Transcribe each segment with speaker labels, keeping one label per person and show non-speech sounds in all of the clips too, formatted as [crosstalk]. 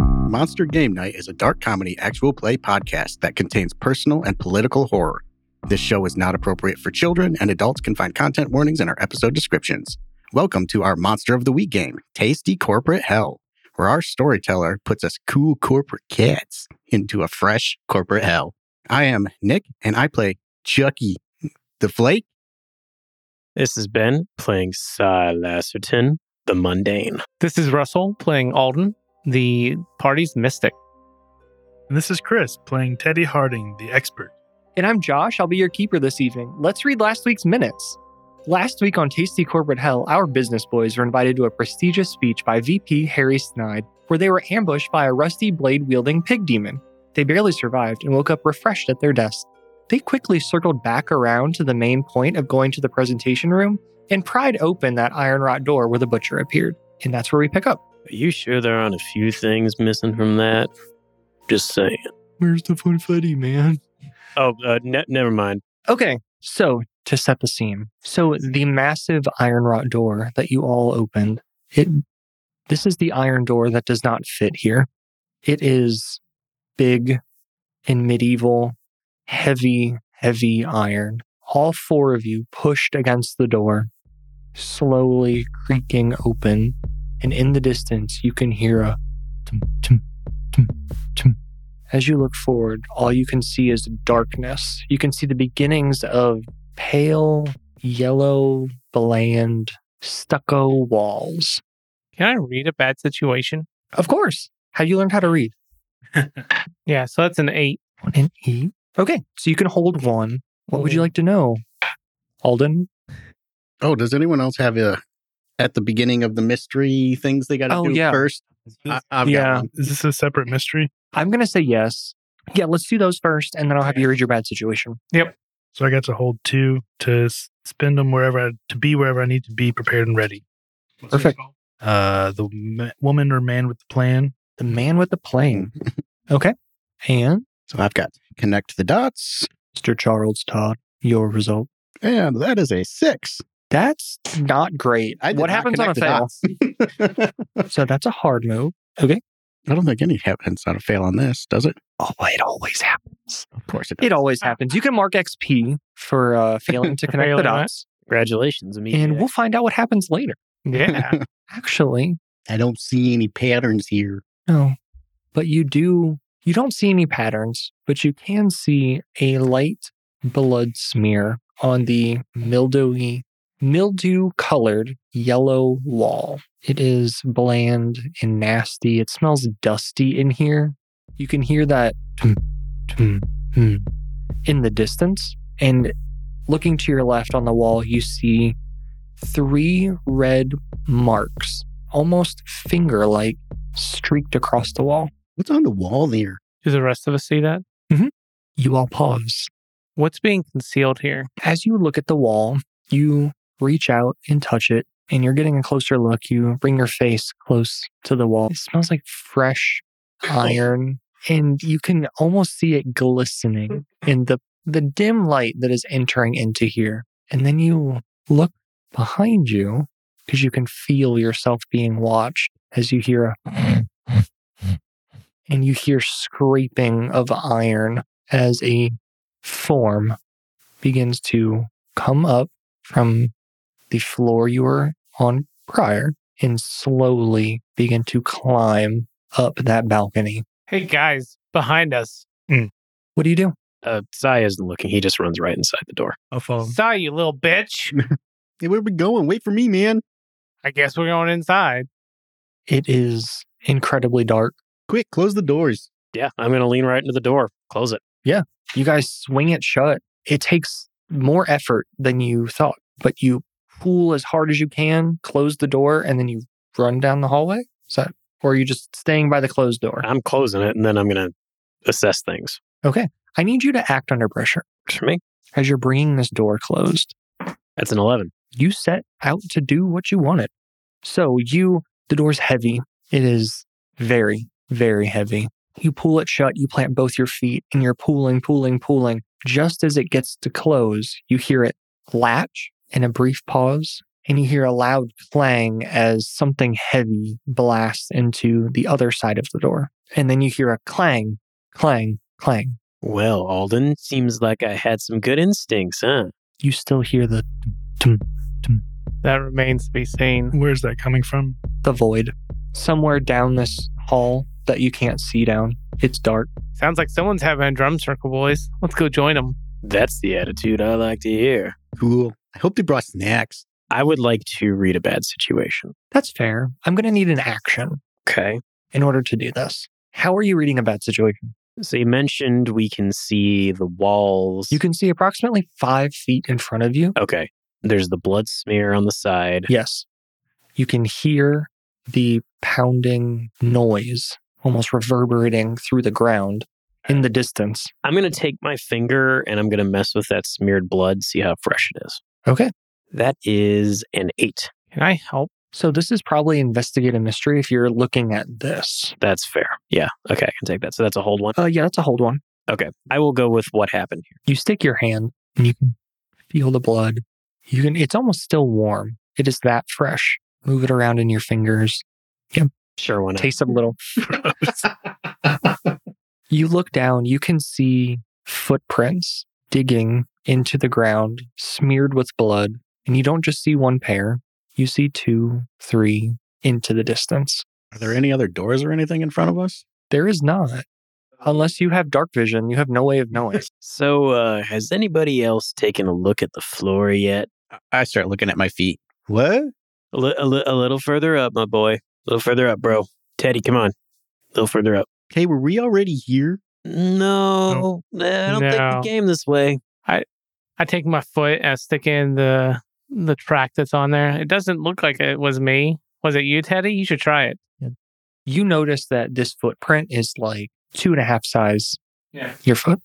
Speaker 1: Monster Game Night is a dark comedy actual play podcast that contains personal and political horror. This show is not appropriate for children, and adults can find content warnings in our episode descriptions. Welcome to our Monster of the Week game, Tasty Corporate Hell, where our storyteller puts us cool corporate cats into a fresh corporate hell. I am Nick, and I play Chucky the Flake.
Speaker 2: This is Ben playing Cy Lasserton, the mundane.
Speaker 3: This is Russell playing Alden, the party's mystic.
Speaker 4: And this is Chris playing Teddy Harding, the expert.
Speaker 5: And I'm Josh. I'll be your keeper this evening. Let's read last week's minutes. Last week on Tasty Corporate Hell, our business boys were invited to a prestigious speech by VP Harry Snide, where they were ambushed by a rusty blade wielding pig demon. They barely survived and woke up refreshed at their desk. They quickly circled back around to the main point of going to the presentation room and pried open that iron wrought door where the butcher appeared. And that's where we pick up.
Speaker 2: Are you sure there aren't a few things missing from that? Just saying.
Speaker 5: Where's the funfetti, man?
Speaker 2: Oh, uh, ne- never mind.
Speaker 5: Okay, so to set the scene, so the massive iron wrought door that you all opened, it this is the iron door that does not fit here. It is big and medieval, heavy, heavy iron. All four of you pushed against the door, slowly creaking open, and in the distance you can hear a tum tum tum tum as you look forward, all you can see is darkness. You can see the beginnings of pale, yellow, bland stucco walls.
Speaker 3: Can I read a bad situation?
Speaker 5: Of course. Have you learned how to read?
Speaker 3: Yeah, so that's an eight.
Speaker 5: One and E. Okay, so you can hold one. What would you like to know? Alden?
Speaker 1: Oh, does anyone else have a at the beginning of the mystery things they got to
Speaker 5: Oh,
Speaker 1: do
Speaker 5: yeah.
Speaker 1: first? I, I've
Speaker 5: Yeah.
Speaker 1: got one.
Speaker 4: Is this a separate mystery?
Speaker 5: I'm going to say yes. Yeah, let's do those first, and then I'll have you read your bad situation.
Speaker 4: So I got to hold two to s- spend them wherever I, to be wherever I need to be prepared and ready. What's this
Speaker 5: Perfect.
Speaker 4: called? Uh, the ma- woman or man with the plan.
Speaker 5: The man with
Speaker 1: [laughs]
Speaker 5: the plane. Okay. And
Speaker 1: So I've got connect the dots,
Speaker 5: Mr. Charles Todd, your result.
Speaker 1: and that is a [laughs] six.
Speaker 5: That's not great.
Speaker 1: I did
Speaker 5: what
Speaker 1: not
Speaker 5: happens on a
Speaker 1: connect
Speaker 5: fail?
Speaker 1: the dots.
Speaker 5: So that's a hard move.
Speaker 1: I don't think any happens on a fail on this, does it?
Speaker 5: Oh, it always happens.
Speaker 1: Of course it does.
Speaker 5: It always happens. You can mark XP [laughs] for uh, failing to connect the
Speaker 3: Failing that.
Speaker 5: dots,
Speaker 2: Congratulations, uh, immediate.
Speaker 5: and we'll find out what happens later.
Speaker 3: Yeah.
Speaker 5: Actually,
Speaker 1: I don't see any patterns here.
Speaker 5: no, Oh. but you do. You don't see any patterns, but you can see a light blood smear on the mildewy, mildew-colored yellow wall. It is bland and nasty. It smells dusty in here. You can hear that tum, tum, tum in the distance, and Looking to your left on the wall, you see three red marks, almost finger like, streaked across the wall.
Speaker 1: What's on the wall there?
Speaker 3: [laughs] do the rest of us see that?
Speaker 5: You all pause.
Speaker 3: What's being concealed here?
Speaker 5: As you look at the wall, you reach out and touch it, and you're getting a closer look. You bring your face close to the wall. It smells like fresh iron, and you can almost see it glistening in the, the dim light that is entering into here. And then you look behind you because you can feel yourself being watched as you hear a and you hear scraping of iron as a form begins to come up from the floor you were on prior and slowly begin to climb up that balcony.
Speaker 3: Hey guys, behind us.
Speaker 5: What do you do?
Speaker 2: uh, Cy isn't looking. He just runs right inside the door.
Speaker 4: I'll
Speaker 5: Um.
Speaker 4: follow.
Speaker 3: Saw you little bitch.
Speaker 1: Hey, where we going? Wait for me, man.
Speaker 3: I guess we're going inside.
Speaker 5: It is incredibly dark.
Speaker 1: Quick, close the doors.
Speaker 2: Yeah, I'm going to lean right into the door. Close it.
Speaker 5: You guys swing it shut. It takes more effort than you thought, but you pull as hard as you can, close the door, and then you run down the hallway. Is that, or are you just staying by the closed door?
Speaker 2: I'm closing it, and then I'm going to assess things.
Speaker 5: I need you to act under pressure
Speaker 2: For me,
Speaker 5: as you're bringing this door closed.
Speaker 2: that's an 11.
Speaker 5: you set out to do what you wanted. So you, the door's heavy. It is very, very heavy. You pull it shut, you plant both your feet, and you're pulling, pulling, pulling. Just as it gets to close, you hear it latch in a brief pause, and you hear a loud clang as something heavy blasts into the other side of the door. and then you hear a clang, clang, clang.
Speaker 2: Well, Alden, seems like I had some good instincts, huh?
Speaker 5: You still hear the
Speaker 3: That remains to be seen.
Speaker 4: Where's that coming from?
Speaker 5: the void somewhere down this hall that you can't see down. It's dark.
Speaker 3: Sounds like someone's having a drum circle, boys. Let's go join them.
Speaker 2: That's the attitude I like to hear.
Speaker 1: Cool. I hope they brought snacks.
Speaker 2: I would like to read a bad situation.
Speaker 5: That's fair. I'm going to need an action
Speaker 2: Okay.
Speaker 5: in order to do this. How are you reading a bad situation?
Speaker 2: So you mentioned we can see the walls.
Speaker 5: You can see approximately five feet in front of you.
Speaker 2: Okay. There's the blood smear on the side.
Speaker 5: Yes. You can hear the pounding noise almost reverberating through the ground in the distance.
Speaker 2: I'm going to take my finger and I'm going to mess with that smeared blood, see how fresh it is.
Speaker 5: Okay.
Speaker 2: That is an eight.
Speaker 3: Can I help?
Speaker 5: So this is probably investigate a mystery if you're looking at this.
Speaker 2: That's fair. Yeah. Okay. I can take that. So that's a hold one.
Speaker 5: Uh, yeah, that's a hold one.
Speaker 2: Okay. I will go with what happened here.
Speaker 5: You stick your hand and you can feel the blood. You can it's almost still warm. It is that fresh. Move it around in your fingers.
Speaker 2: Sure. Why not?
Speaker 5: Taste it a little. You look down, you can see footprints digging into the ground, smeared with blood. And you don't just see one pair, you see two, three into the distance.
Speaker 1: Are there any other doors or anything in front of us?
Speaker 5: There is not. Unless you have dark vision, you have no way of knowing.
Speaker 2: So, uh, has anybody else taken a look at the floor yet?
Speaker 1: I- I start looking at my feet. What?
Speaker 2: A, li- a, li- a little further up, my boy. A little further up, bro. Teddy, come on. A little further up.
Speaker 1: Hey, were we already here?
Speaker 2: No, I don't think
Speaker 3: No.
Speaker 2: the game this way.
Speaker 3: I take my foot and I stick in the the track that's on there. It doesn't look like it was me. Was it you, Teddy? You should try it.
Speaker 5: you notice that this footprint is like two and a half size.
Speaker 3: Yeah.
Speaker 5: Your foot?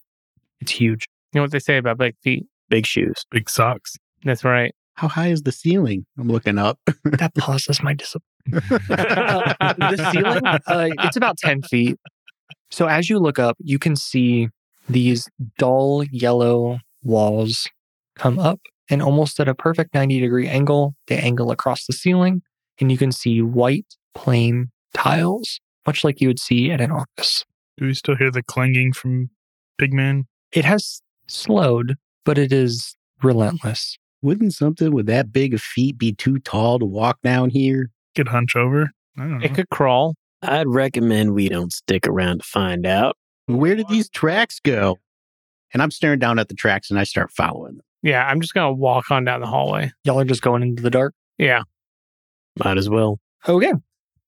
Speaker 5: It's huge.
Speaker 3: You know what they say about big feet.
Speaker 2: Big shoes.
Speaker 4: Big socks.
Speaker 3: That's right.
Speaker 1: How high is the ceiling? I'm looking up. [laughs]
Speaker 5: That pause is my disappointment. [laughs] the ceiling, uh, it's about 10 feet. So as you look up, you can see these dull yellow walls come up and almost at a perfect 90 degree angle, they angle across the ceiling, and you can see white, plain tiles, much like you would see at an office.
Speaker 4: Do we still hear the clanging from Pigman?
Speaker 5: It has slowed, but it is relentless.
Speaker 1: Wouldn't something with that big of feet be too tall to walk down here?
Speaker 4: Could hunch over. I don't know.
Speaker 3: It could crawl.
Speaker 2: I'd recommend we don't stick around to find out.
Speaker 1: Where did these tracks go? And I'm staring down at the tracks and I start following them.
Speaker 3: Yeah, I'm just gonna walk on down the hallway.
Speaker 5: Y'all are just going into the dark.
Speaker 3: Yeah.
Speaker 2: Might as well.
Speaker 5: Okay.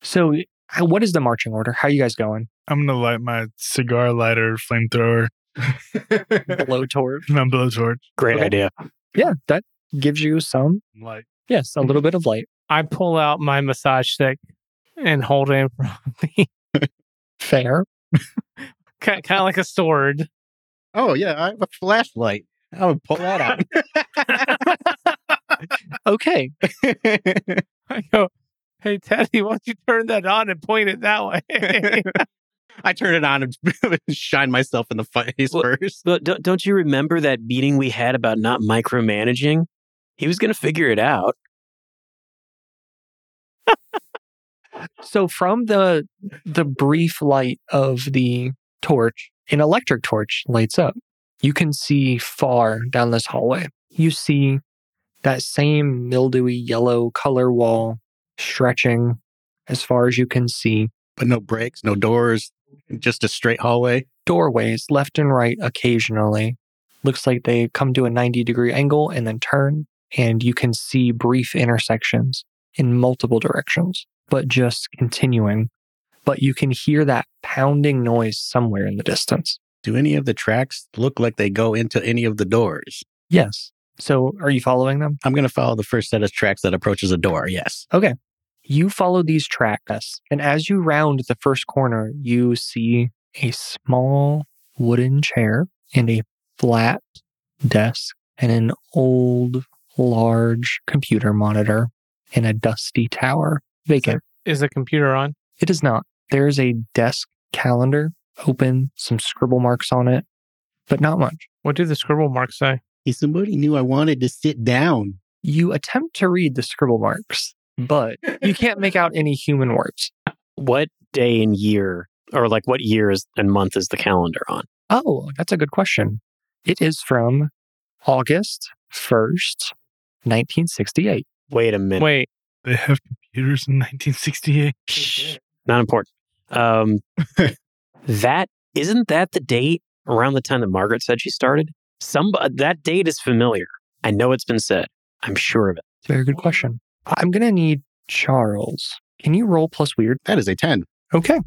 Speaker 5: So how- what is the marching order? How are you guys [laughs] going?
Speaker 4: I'm gonna light my cigar lighter flamethrower
Speaker 5: Blowtorch.
Speaker 4: and my blowtorch.
Speaker 2: Great
Speaker 5: Okay.
Speaker 2: idea.
Speaker 5: Yeah, that gives you some
Speaker 4: Light.
Speaker 5: Yes, a little bit of light.
Speaker 3: I pull out my massage stick and hold it in front of me.
Speaker 5: Fair.
Speaker 3: kind of like a sword. [laughs]
Speaker 1: Oh, yeah, I have a flashlight. I would pull that
Speaker 5: Okay.
Speaker 1: out.
Speaker 3: I go, hey, Teddy, why don't you turn that on and point it that way? [laughs]
Speaker 1: I turn it on and [laughs] shine myself in the face
Speaker 2: Well-
Speaker 1: first.
Speaker 2: But don't, don't you remember that meeting we had about not micromanaging? He was going to figure it out.
Speaker 5: So from the the brief light of the torch, an electric torch lights up. You can see far down this hallway. You see that same mildewy yellow color wall stretching as far as you can see.
Speaker 1: But no breaks, no doors, just a straight hallway.
Speaker 5: Doorways left and right occasionally. Looks like they come to a 90 degree angle and then turn, and you can see brief intersections in multiple directions, but just continuing. But you can hear that pounding noise somewhere in the distance.
Speaker 1: Do any of the tracks look like they go into any of the doors?
Speaker 5: Yes. So are you following them?
Speaker 1: I'm going to follow the first set of tracks that approaches a door. Yes.
Speaker 5: You follow these tracks, and as you round the first corner, you see a small wooden chair and a flat desk and an old, large computer monitor and a dusty tower vacant.
Speaker 3: Is the computer on?
Speaker 5: It is not. There is a desk calendar open, some scribble marks on it, but not much.
Speaker 3: What do the scribble marks say?
Speaker 1: If somebody knew I wanted to sit down,
Speaker 5: You attempt to read the scribble marks, but you can't make out any human words.
Speaker 2: What day and year or like what year is and month is the calendar on?
Speaker 5: Oh, that's a good question. It is from August 1st, 1968.
Speaker 2: Wait a minute.
Speaker 3: Wait,
Speaker 4: They have computers in 1968.
Speaker 2: Shh, not important. Um, that isn't that the date around the time that Margaret said she started. Some uh, that date is familiar. I know it's been said. I'm sure of it.
Speaker 5: It's a very good question. I'm going to need Charles. Can you roll plus weird?
Speaker 1: That is a 10.
Speaker 5: Okay.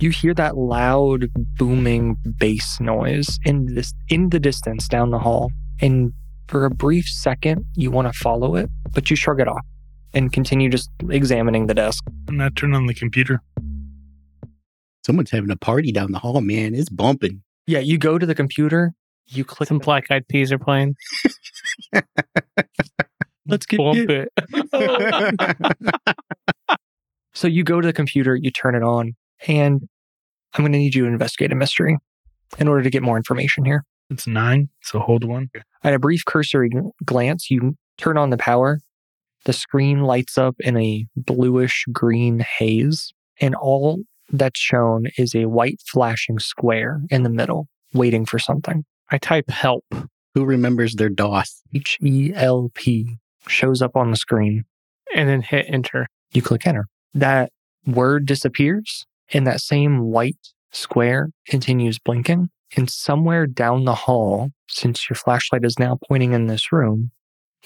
Speaker 5: You hear that loud booming bass noise in this in the distance down the hall. And for a brief second you want to follow it, but you shrug it off and continue just examining the desk.
Speaker 4: And I turn on the computer.
Speaker 1: Someone's having a party down the hall, man. It's bumping. [laughs]
Speaker 5: Yeah, you go to the computer, you click
Speaker 3: some
Speaker 5: the-
Speaker 3: black eyed peas are playing.
Speaker 5: Let's get
Speaker 3: Bump
Speaker 5: it.
Speaker 3: it.
Speaker 5: So you go to the computer, you turn it on, and I'm going to need you to investigate a mystery in order to get more information here.
Speaker 4: It's nine, so hold one.
Speaker 5: At a brief cursory gl- glance, you turn on the power. The screen lights up in a bluish green haze, and all that's shown is a white flashing square in the middle, waiting for something.
Speaker 3: I type help.
Speaker 1: Who remembers their DOS?
Speaker 5: H E L P shows up on the screen.
Speaker 3: and then hit enter.
Speaker 5: You click enter. That word disappears, and that same white square continues blinking. And somewhere down the hall, since your flashlight is now pointing in this room,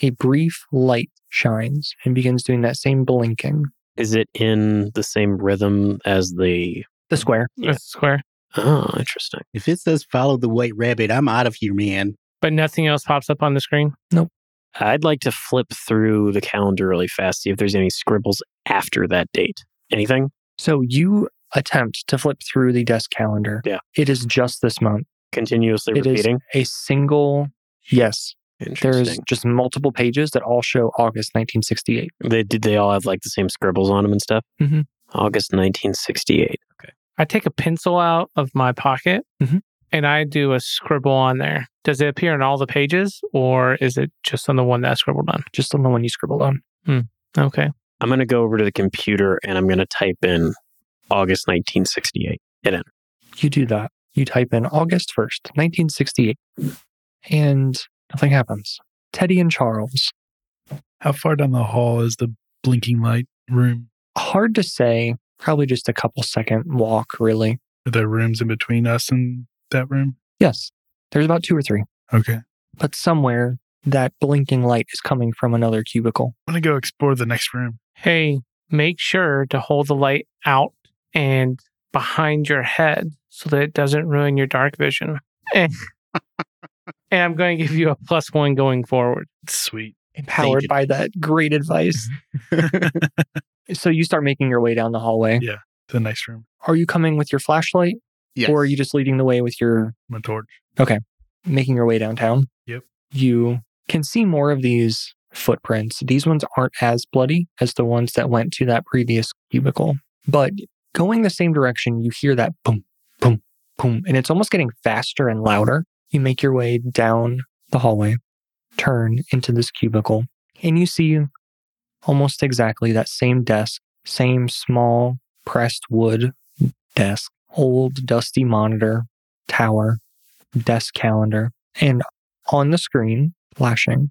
Speaker 5: a brief light shines and begins doing that same blinking.
Speaker 2: Is it in the same rhythm as the?
Speaker 5: The square.
Speaker 2: Yeah.
Speaker 3: That's square.
Speaker 2: Oh, interesting.
Speaker 1: If it says follow the white rabbit, I'm out of here, man.
Speaker 3: But nothing else pops up on the screen.
Speaker 2: I'd like to flip through the calendar really fast, see if there's any scribbles after that date. Anything?
Speaker 5: So you attempt to flip through the desk calendar.
Speaker 2: Yeah.
Speaker 5: It is just this month.
Speaker 2: Continuously
Speaker 5: It is-
Speaker 2: repeating.
Speaker 5: A single, yes, there's
Speaker 2: Interesting.
Speaker 5: just multiple pages that all show August 1968.
Speaker 2: They did. They all have like the same scribbles on them and stuff.
Speaker 5: Mhm.
Speaker 2: August 1968. Okay.
Speaker 3: I take a pencil out of my pocket
Speaker 5: Mhm.
Speaker 3: and I do a scribble on there. Does it appear in all the pages or is it just on the one that I scribbled on?
Speaker 5: Just on the one you scribbled on.
Speaker 3: Okay.
Speaker 2: I'm going to go over to the computer and I'm going to type in August 1968.
Speaker 5: you do that. You type in August 1st, 1968, and nothing happens. Teddy and Charles.
Speaker 4: How far down the hall is the blinking light room?
Speaker 5: Hard to say, probably just a couple second walk, really.
Speaker 4: Are there rooms in between us and that room?
Speaker 5: Yes, there's about two or three,
Speaker 4: Okay. I'm
Speaker 5: but somewhere that blinking light is coming from another cubicle.
Speaker 4: going to go explore the next room.
Speaker 3: Hey, make sure to hold the light out and behind your head so that it doesn't ruin your dark vision. and [laughs] and I'm going to give you a plus one going forward.
Speaker 4: Sweet.
Speaker 5: Empowered
Speaker 1: you.
Speaker 5: by that
Speaker 1: [laughs]
Speaker 5: great advice. so you start making your way down the hallway.
Speaker 4: Yeah. To the next room.
Speaker 5: Are you coming with your flashlight
Speaker 1: Yes.
Speaker 5: or are you just leading the way with your
Speaker 4: My torch.
Speaker 5: making your way downtown.
Speaker 4: Yep.
Speaker 5: You can see more of these footprints. These ones aren't as bloody as the ones that went to that previous cubicle. But going the same direction, you hear that boom, boom, boom. And it's almost getting faster and louder. You make your way down the hallway, turn into this cubicle, and you see almost exactly that same desk, same small pressed wood desk, old dusty monitor, tower, desk calendar, and on the screen, flashing,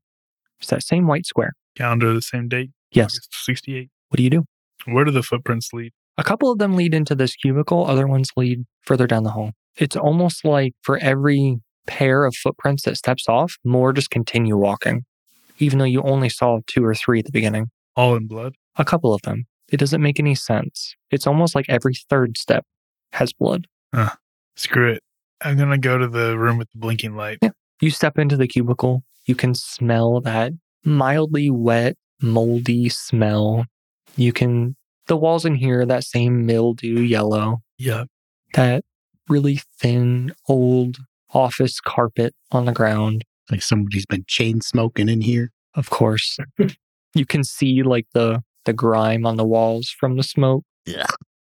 Speaker 5: is that same white square.
Speaker 4: Calendar the same date.
Speaker 5: Yes.
Speaker 4: August 68.
Speaker 5: What do you do?
Speaker 4: Where do the footprints lead?
Speaker 5: A couple of them lead into this cubicle, other ones lead further down the hall. It's almost like for every pair of footprints that steps off, more just continue walking, even though you only saw two or three at the beginning.
Speaker 4: All in blood.
Speaker 5: A couple of them. It doesn't make any sense. It's almost like every third step has blood.
Speaker 4: Screw it. I'm going to go to the room with the blinking light.
Speaker 5: You step into the cubicle, you can smell that mildly wet, moldy smell. You can, the walls in here, are that same mildew yellow,
Speaker 4: Yuck.
Speaker 5: that really thin, old office carpet on the ground,
Speaker 1: like somebody's been chain smoking in here.
Speaker 5: of course. you can see like the, the grime on the walls from the smoke.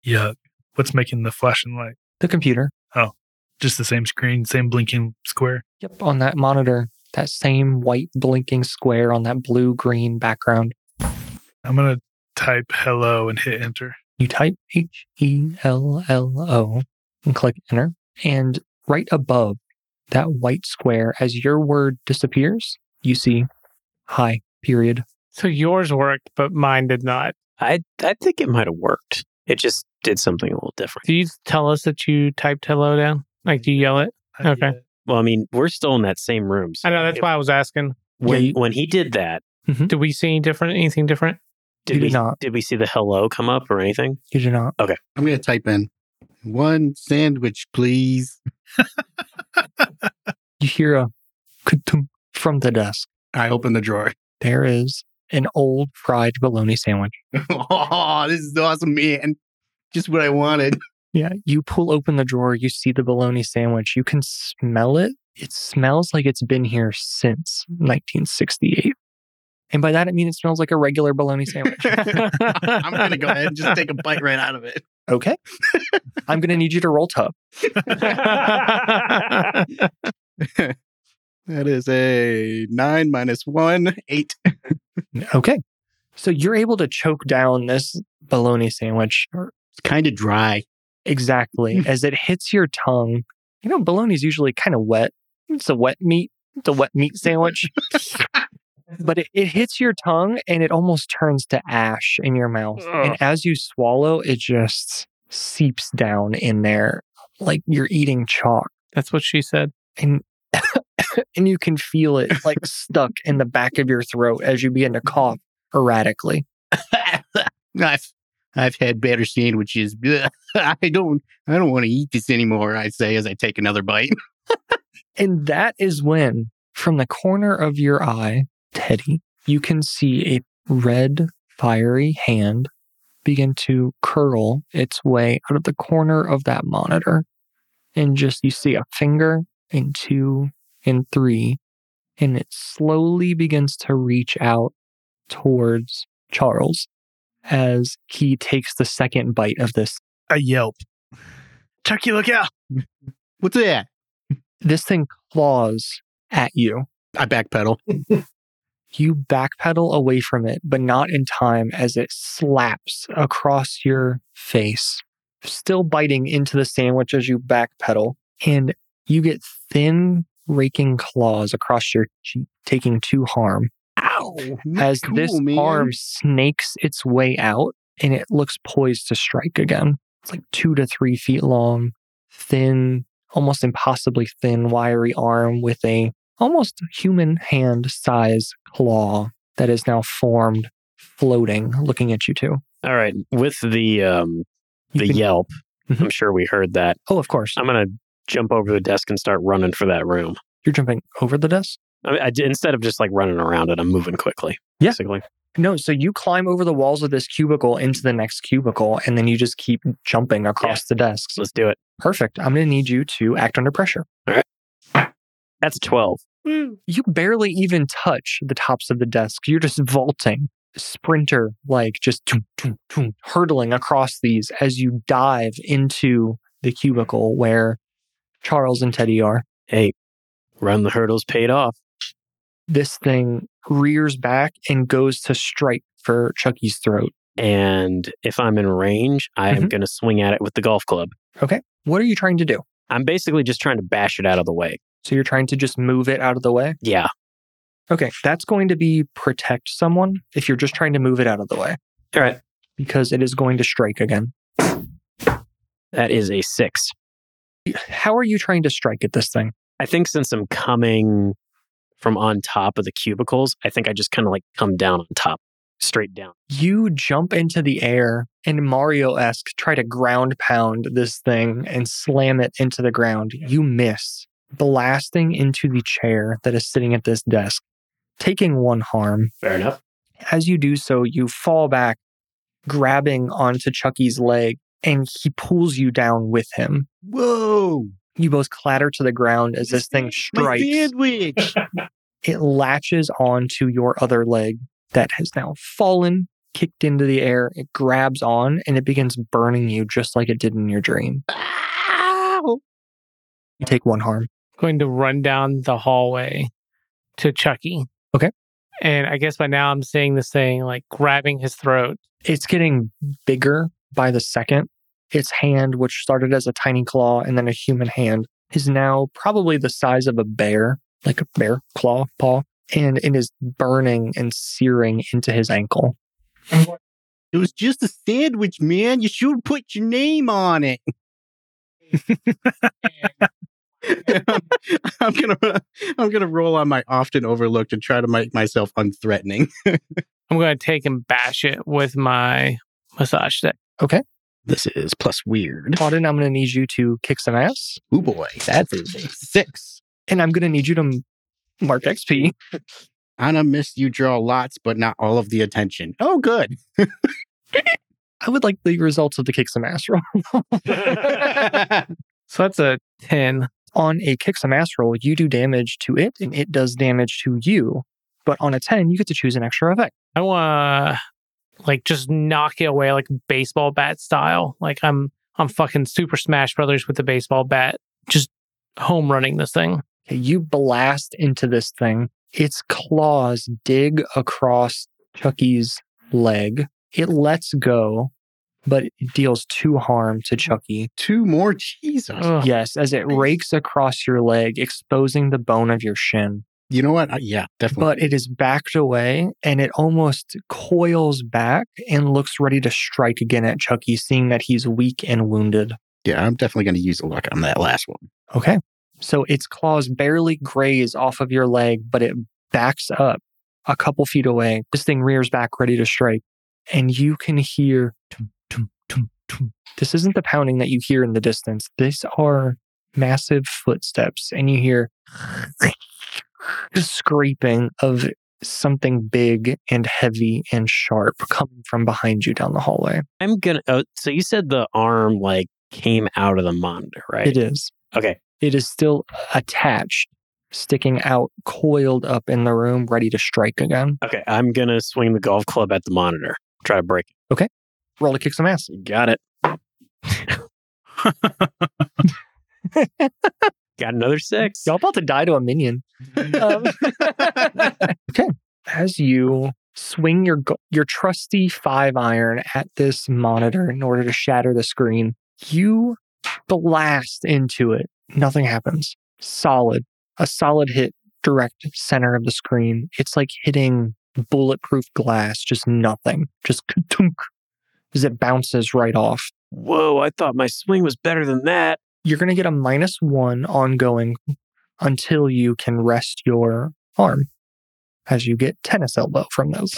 Speaker 4: Yuck. What's making the flashing light?
Speaker 5: The computer,
Speaker 4: Just the same screen, same blinking square.
Speaker 5: yep, on that monitor, that same white blinking square on that blue green background.
Speaker 4: I'm going to type hello and hit enter.
Speaker 5: You type H E L L O and click enter. And right above that white square, as your word disappears, you see hi, period.
Speaker 3: So yours worked, but mine did not.
Speaker 2: I I think it might have worked. It just did something a little different.
Speaker 3: Do you tell us that you typed hello down? Like, do you yell it?
Speaker 4: I
Speaker 3: Okay.
Speaker 4: did it.
Speaker 2: Well, I mean, we're still in that same room. so
Speaker 3: I know that's
Speaker 2: it-
Speaker 3: why I was asking.
Speaker 2: When,
Speaker 5: Yeah, you-
Speaker 2: when he did that,
Speaker 3: Did we see any different? Anything different?
Speaker 2: did
Speaker 5: you
Speaker 2: we
Speaker 5: did not.
Speaker 2: did we see the hello come up or anything?
Speaker 5: You did not.
Speaker 1: I'm going to type in one sandwich, please.
Speaker 5: You hear a kutum from the desk.
Speaker 1: I open the drawer. [laughs]
Speaker 5: There is an old fried bologna sandwich.
Speaker 1: oh, this is awesome, man. Just what I wanted. [laughs]
Speaker 5: Yeah. You pull open the drawer, you see the bologna sandwich. You can smell it. It smells like it's been here since 1968. And by that, I mean it smells like a regular bologna sandwich.
Speaker 1: [laughs] I'm going to
Speaker 3: [laughs]
Speaker 1: go ahead and just take a bite right out of it.
Speaker 5: okay. I'm going to need you to roll tub.
Speaker 1: That is a nine minus one, eight.
Speaker 5: Okay. So you're able to choke down this bologna sandwich
Speaker 1: It's kind of dry.
Speaker 5: exactly as it hits your tongue. You know, bologna's usually kind of wet. It's a wet meat. It's a wet meat [laughs] sandwich. but it, it hits your tongue and it almost turns to ash in your mouth.
Speaker 3: Ugh.
Speaker 5: And as you swallow, it just seeps down in there like you're eating chalk
Speaker 3: That's what she said.
Speaker 5: and [coughs] and you can feel it like stuck in the back of your throat as you begin to cough erratically.
Speaker 1: [laughs] I've I've had better sandwiches. [laughs] Blech. I don't I don't want to eat this anymore. I say as I take another bite.
Speaker 5: And that is when, from the corner of your eye, Teddy, you can see a red, fiery hand begin to curl its way out of the corner of that monitor. And just you see a finger and two and three, and it slowly begins to reach out towards Charles as he takes the second bite of this
Speaker 4: I yelp. Chucky, look out.
Speaker 1: What's that?
Speaker 5: this thing claws at you.
Speaker 1: I backpedal.
Speaker 5: you backpedal away from it, but not in time as it slaps across your face, still biting into the sandwich as you backpedal. And you get thin, raking claws across your cheek, taking two harm.
Speaker 1: Ow! not
Speaker 5: As
Speaker 1: Oh, cool,
Speaker 5: this
Speaker 1: man.
Speaker 5: arm snakes its way out and it looks poised to strike again. It's like two to three feet long, thin, almost impossibly thin, wiry arm with a almost human hand size claw that is now formed, floating, looking at you two.
Speaker 2: All right, with the um
Speaker 5: You
Speaker 2: the
Speaker 5: can-
Speaker 2: yelp,
Speaker 5: Mhm.
Speaker 2: I'm sure we heard that.
Speaker 5: Oh, of course.
Speaker 2: I'm gonna jump over the desk and start running for that room.
Speaker 5: You're jumping over the desk?
Speaker 2: I mean, I d instead of just like running around it, I'm moving quickly.
Speaker 5: Yeah.
Speaker 2: Basically.
Speaker 5: No, so you climb over the walls of this cubicle into the next cubicle, and then you just keep jumping across the desks.
Speaker 2: Let's do it.
Speaker 5: Perfect. I'm going to need you to act under pressure.
Speaker 2: That's 12.
Speaker 5: You barely even touch the tops of the desks. You're just vaulting, sprinter like, just toom, toom, toom, hurtling across these as you dive into the cubicle where Charles and Teddy are.
Speaker 2: Hey, run the hurdles paid off.
Speaker 5: This thing rears back and goes to strike for Chucky's throat.
Speaker 2: And if I'm in range, I am
Speaker 5: Mhm.
Speaker 2: going to swing at it with the golf club.
Speaker 5: What are you trying to do?
Speaker 2: I'm basically just trying to bash it out of the way.
Speaker 5: So you're trying to just move it out of the way?
Speaker 2: Yeah.
Speaker 5: Okay, that's going to be protect someone if you're just trying to move it out of the way.
Speaker 2: All right.
Speaker 5: Because it is going to strike again.
Speaker 2: That is a six.
Speaker 5: How are you trying to strike at this thing?
Speaker 2: I think since I'm coming from on top of the cubicles, I think I just kind of like come down on top, straight down.
Speaker 5: You jump into the air and Mario esque try to ground pound this thing and slam it into the ground. You miss, blasting into the chair that is sitting at this desk, taking one harm.
Speaker 2: Fair enough.
Speaker 5: As you do so, you fall back, grabbing onto Chucky's leg, and he pulls you down with him.
Speaker 1: Whoa!
Speaker 5: You both clatter to the ground as this thing strikes.
Speaker 1: My
Speaker 5: [laughs]
Speaker 1: sandwich.
Speaker 5: It latches onto your other leg that has now fallen, kicked into the air. It grabs on and it begins burning you just like it did in your dream.
Speaker 1: Ow!
Speaker 5: You take one harm.
Speaker 3: Going to run down the hallway to Chucky.
Speaker 5: Okay.
Speaker 3: And I guess by now I'm seeing this thing like grabbing his throat.
Speaker 5: It's getting bigger by the second. Its hand, which started as a tiny claw and then a human hand, is now probably the size of a bear, like a bear claw paw, and it is burning and searing into his ankle.
Speaker 1: It was just a sandwich, man. You should put your name on
Speaker 5: [laughs]
Speaker 1: it. [laughs] I'm gonna I'm gonna roll on my often overlooked and try to make myself unthreatening.
Speaker 3: I'm going to take and bash it with my massage stick.
Speaker 1: This is plus weird.
Speaker 5: Claudin, I'm going to need you to kick some ass,
Speaker 1: Oh boy, that's a six.
Speaker 5: and I'm going to need you to m- mark XP.
Speaker 1: On a miss, you draw lots, but not all of the attention. Oh, good.
Speaker 5: I would like the results of the kick some ass roll. [laughs]
Speaker 3: So that's a 10.
Speaker 5: On a kick some ass roll, you do damage to it, and it does damage to you. But on a 10, you get to choose an extra effect.
Speaker 3: I want to like just knock it away like baseball bat style. Like I'm I'm fucking Super Smash Brothers with the baseball bat, just home running this thing.
Speaker 5: Okay, you blast into this thing. Its claws dig across Chucky's leg. It lets go, but it deals two harm to Chucky.
Speaker 1: Two more, Jesus.
Speaker 3: Ugh.
Speaker 5: Yes, as it rakes across your leg, exposing the bone of your shin.
Speaker 1: You know what? Uh, yeah, definitely.
Speaker 5: But it is backed away and it almost coils back and looks ready to strike again at Chucky, seeing that he's weak and wounded.
Speaker 1: yeah, I'm definitely gonna use a luck on that last one.
Speaker 5: Okay. So its claws barely graze off of your leg, but it backs up a couple feet away. This thing rears back, ready to strike. And you can hear tum, tum, tum, tum. this isn't the pounding that you hear in the distance. These are massive footsteps, and you hear the scraping of something big and heavy and sharp coming from behind you down the hallway.
Speaker 2: I'm gonna. Oh, so you said the arm like came out of the monitor, right?
Speaker 5: It is.
Speaker 2: Okay.
Speaker 5: it is still attached, sticking out, coiled up in the room, ready to strike again.
Speaker 2: Okay. I'm gonna swing the golf club at the monitor. Try to break. it.
Speaker 5: Roll to kick some ass.
Speaker 2: You Got it. [laughs] Got another six.
Speaker 5: [laughs] Y'all about to die to a minion. Um, [laughs] okay. As you swing your go- your trusty five iron at this monitor in order to shatter the screen, you blast into it. Nothing happens. Solid. A solid hit direct center of the screen. It's like hitting bulletproof glass, just nothing. Just ka-tunk, as it bounces right off.
Speaker 2: Whoa! I thought my swing was better than that.
Speaker 5: you're going to get a minus one ongoing until you can rest your arm as you get tennis elbow from those.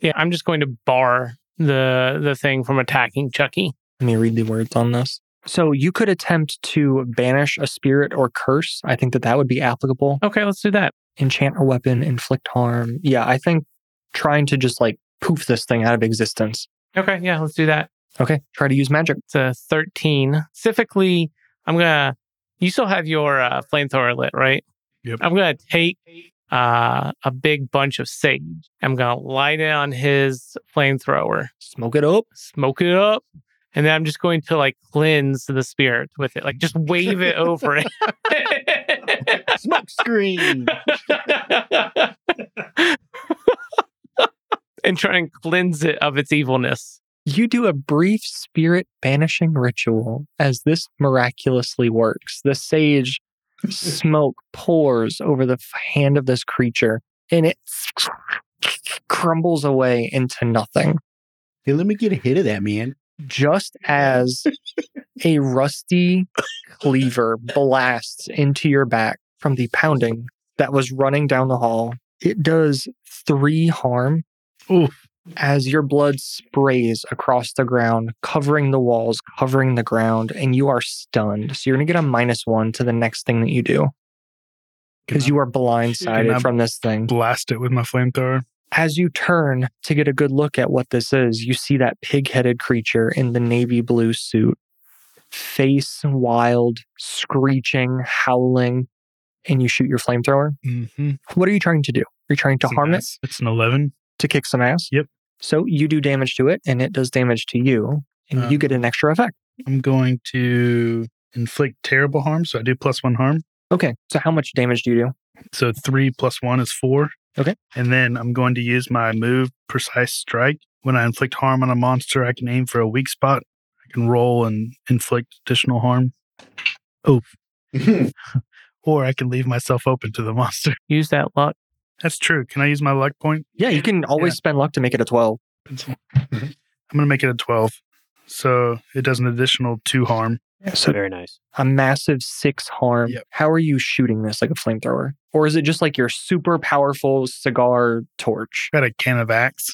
Speaker 3: Yeah, I'm just going to bar the the thing from attacking Chucky.
Speaker 5: Let me read the words on this. So you could attempt to banish a spirit or curse. I think that that would be applicable.
Speaker 3: Okay, let's do that.
Speaker 5: Enchant a weapon, inflict harm. Yeah, I think trying to just like poof this thing out of existence.
Speaker 3: Okay, yeah, let's do that.
Speaker 5: Okay, try to use magic.
Speaker 3: It's a 13. Specifically, I'm going to you still have your uh, flamethrower lit, right?
Speaker 4: Yep.
Speaker 3: I'm going to take uh, a big bunch of sage. I'm going to light it on his flamethrower.
Speaker 5: Smoke it up.
Speaker 3: smoke it up. And then I'm just going to like cleanse the spirit with it, like just wave it [laughs] over it.
Speaker 1: Smoke screen.
Speaker 3: and try and cleanse it of its evilness.
Speaker 5: You do a brief spirit banishing ritual as this miraculously works. The sage smoke pours over the f- hand of this creature and it [sniffs] crumbles away into nothing.
Speaker 1: Hey, let me get a hit of that, man.
Speaker 5: Just as a rusty cleaver blasts into your back from the pounding that was running down the hall, it does three harm as your blood sprays across the ground, covering the walls, covering the ground, and you are stunned. So you're going to get a minus one to the next thing that you do because you are blindsided
Speaker 4: I-
Speaker 5: from this thing.
Speaker 4: blast it with my flamethrower.
Speaker 5: As you turn to get a good look at what this is, you see that pig headed creature in the navy blue suit, face wild, screeching, howling, and you shoot your flamethrower.
Speaker 4: Mm-hmm.
Speaker 5: What are you trying to do? You're trying to harm it?
Speaker 4: It's an eleven.
Speaker 5: to kick some ass.
Speaker 4: Yep.
Speaker 5: So you do damage to it, and it does damage to you, and
Speaker 4: Uh.
Speaker 5: you get an extra effect.
Speaker 4: I'm going to inflict terrible harm, so I do plus one harm.
Speaker 5: Okay. So how much damage do you do?
Speaker 4: So three plus one is four.
Speaker 5: Okay.
Speaker 4: And then I'm going to use my move precise strike, When I inflict harm on a monster, I can aim for a weak spot. I can roll and inflict additional harm, or I can leave myself open to the [laughs] monster.
Speaker 3: Use that luck.
Speaker 4: That's true. Can I use my luck point?
Speaker 5: Yeah, you can always spend luck to make it a 12.
Speaker 4: I'm going to make it a 12. So it does an additional two harm.
Speaker 5: So
Speaker 2: Very [laughs] nice.
Speaker 5: a massive six harm.
Speaker 4: Yep.
Speaker 5: How are you shooting this like a flamethrower? Or is it just like your super powerful cigar torch?
Speaker 4: Got a can of axe.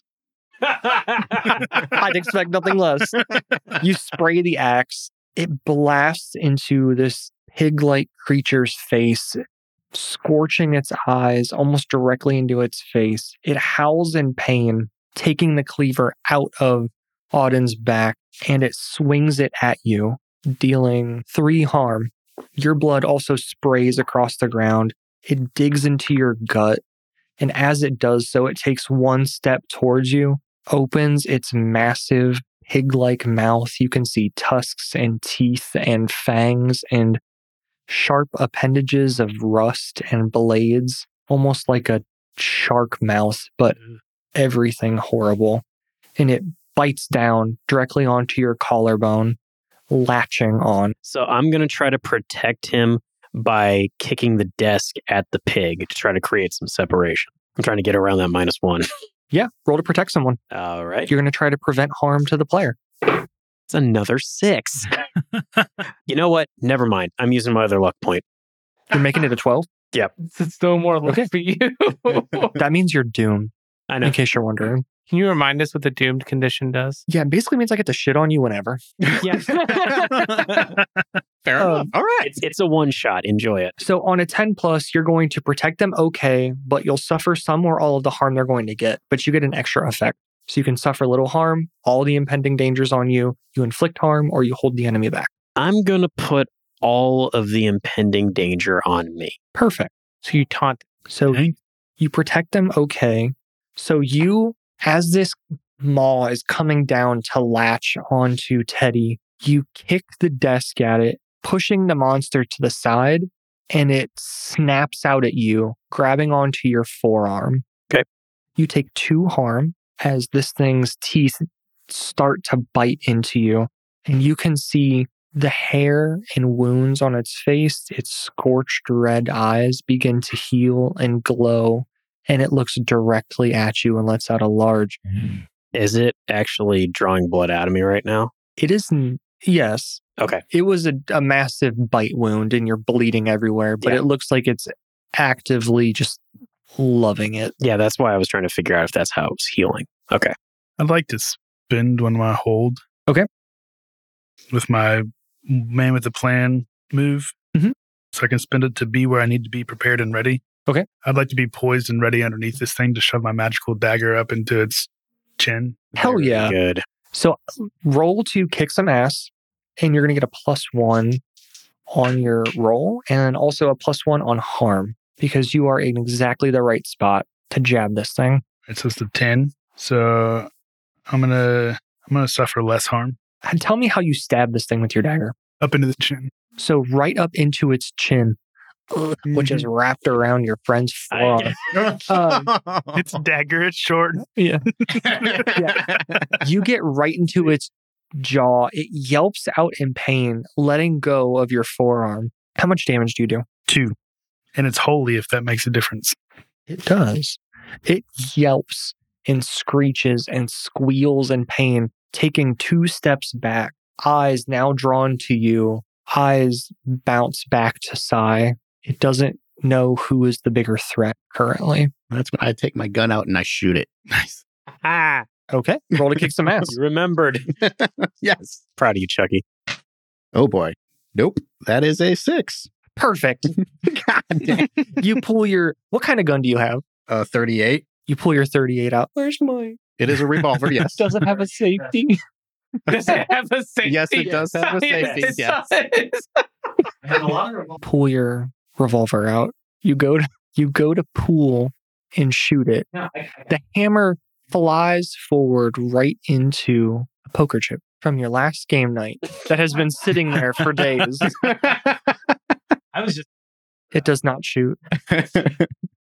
Speaker 5: I'd expect nothing less. You spray the axe, it blasts into this pig like creature's face, scorching its eyes almost directly into its face. It howls in pain, taking the cleaver out of Auden's back, and it swings it at you, dealing three harm. Your blood also sprays across the ground. It digs into your gut. And as it does so, it takes one step towards you opens its massive pig like mouth. You can see tusks and teeth and fangs and sharp appendages of rust and blades, almost like a shark mouth, but everything horrible. And it bites down directly onto your collarbone, latching on.
Speaker 2: So I'm going to try to protect him by kicking the desk at the pig to try to create some separation. I'm trying to get around that minus one.
Speaker 5: Yeah, roll to protect someone.
Speaker 2: [laughs] All right.
Speaker 5: You're going to try to prevent harm to the player.
Speaker 2: It's another [laughs] six. you know what? Never mind. I'm using my other luck point.
Speaker 5: You're making it
Speaker 2: [laughs]
Speaker 5: a 12.
Speaker 3: It's, it's no more luck
Speaker 5: Okay.
Speaker 3: for you. [laughs] Can
Speaker 5: That means you're doomed,
Speaker 2: I know.
Speaker 5: in case you're wondering.
Speaker 3: you remind us what the doomed condition does?
Speaker 5: Yeah, it basically means I get to shit on you whenever.
Speaker 1: [laughs] Fair
Speaker 5: Um,
Speaker 1: enough. All right. [laughs]
Speaker 2: It's, it's a one shot. Enjoy it.
Speaker 5: So on a 10 plus, you're going to protect them okay, but you'll suffer some or all of the harm they're going to get, but you get an extra effect. So you can suffer little harm, all the impending dangers on you, you inflict harm, or you hold the enemy back.
Speaker 2: I'm going to put all of the impending danger on me.
Speaker 5: Perfect.
Speaker 3: So you taunt.
Speaker 5: So
Speaker 4: Dang.
Speaker 5: you protect them okay. So you, as this maw is coming down to latch onto Teddy, you kick the desk at it, pushing the monster to the side, and it snaps out at you, grabbing onto your forearm.
Speaker 2: Okay.
Speaker 5: You take two harm as this thing's teeth start to bite into you, and you can see the hair and wounds on its face, its scorched red eyes begin to heal and glow, and it looks directly at you and lets out a large.
Speaker 2: Is it actually drawing blood out of me right now?
Speaker 5: It is, n- yes.
Speaker 2: Okay.
Speaker 5: It was a, a massive bite wound, and you're bleeding everywhere, but
Speaker 2: Yeah.
Speaker 5: it looks like it's actively just loving it.
Speaker 2: Yeah, that's why I was trying to figure out if that's how it was healing.
Speaker 4: I'd like to spend one of my hold.
Speaker 5: Okay.
Speaker 4: With my man with the plan move.
Speaker 5: Mhm.
Speaker 4: So I can spend it to be where I need to be prepared and ready.
Speaker 5: Okay.
Speaker 4: I'd like to be poised and ready underneath this thing to shove my magical dagger up into its chin.
Speaker 5: Hell
Speaker 2: Very
Speaker 5: yeah.
Speaker 2: Good.
Speaker 5: So roll to kick some ass, and you're going to get a plus one on your roll, and also a plus one on harm because you are in exactly the right spot to jab this thing.
Speaker 4: It says the 10. So I'm going to. I'm gonna suffer less harm
Speaker 5: And tell me how you stab this thing with your dagger.
Speaker 4: up into the chin.
Speaker 5: So right up into its chin, which is wrapped around your friend's
Speaker 2: I-
Speaker 5: forearm. [laughs] Um,
Speaker 4: It's a dagger. It's short.
Speaker 5: you get right into its jaw. It yelps out in pain, letting go of your forearm. How much damage do you do?
Speaker 4: Two, and it's holy if that makes a difference.
Speaker 5: It does. It yelps and screeches and squeals in pain, taking two steps back, eyes now drawn to you, eyes bounce back to Sai. It doesn't know who is the bigger threat currently.
Speaker 1: That's when I take my gun out and I shoot it.
Speaker 4: Nice.
Speaker 2: Ah,
Speaker 5: Okay, roll to kick some ass.
Speaker 2: you remembered.
Speaker 1: Yes.
Speaker 2: [laughs] Proud of you, Chucky.
Speaker 1: Oh boy. Nope. That is a [laughs] six.
Speaker 5: [laughs] Perfect.
Speaker 1: God damn.
Speaker 5: You pull your, what kind of gun do you have?
Speaker 1: Uh, 38.
Speaker 5: You pull your 38 out. Where's mine?
Speaker 1: It is a [laughs] revolver. Yes.
Speaker 5: Does it have a safety?
Speaker 3: [laughs]
Speaker 5: [laughs]
Speaker 3: Does it have a safety?
Speaker 1: Yes, it does have a safety, yes.
Speaker 3: [laughs]
Speaker 5: pull your revolver out. You go to you go to pull and shoot it. The hammer flies forward right into a poker chip from your last game night that has been sitting there for days.
Speaker 2: I was just.
Speaker 5: It does not [laughs] shoot.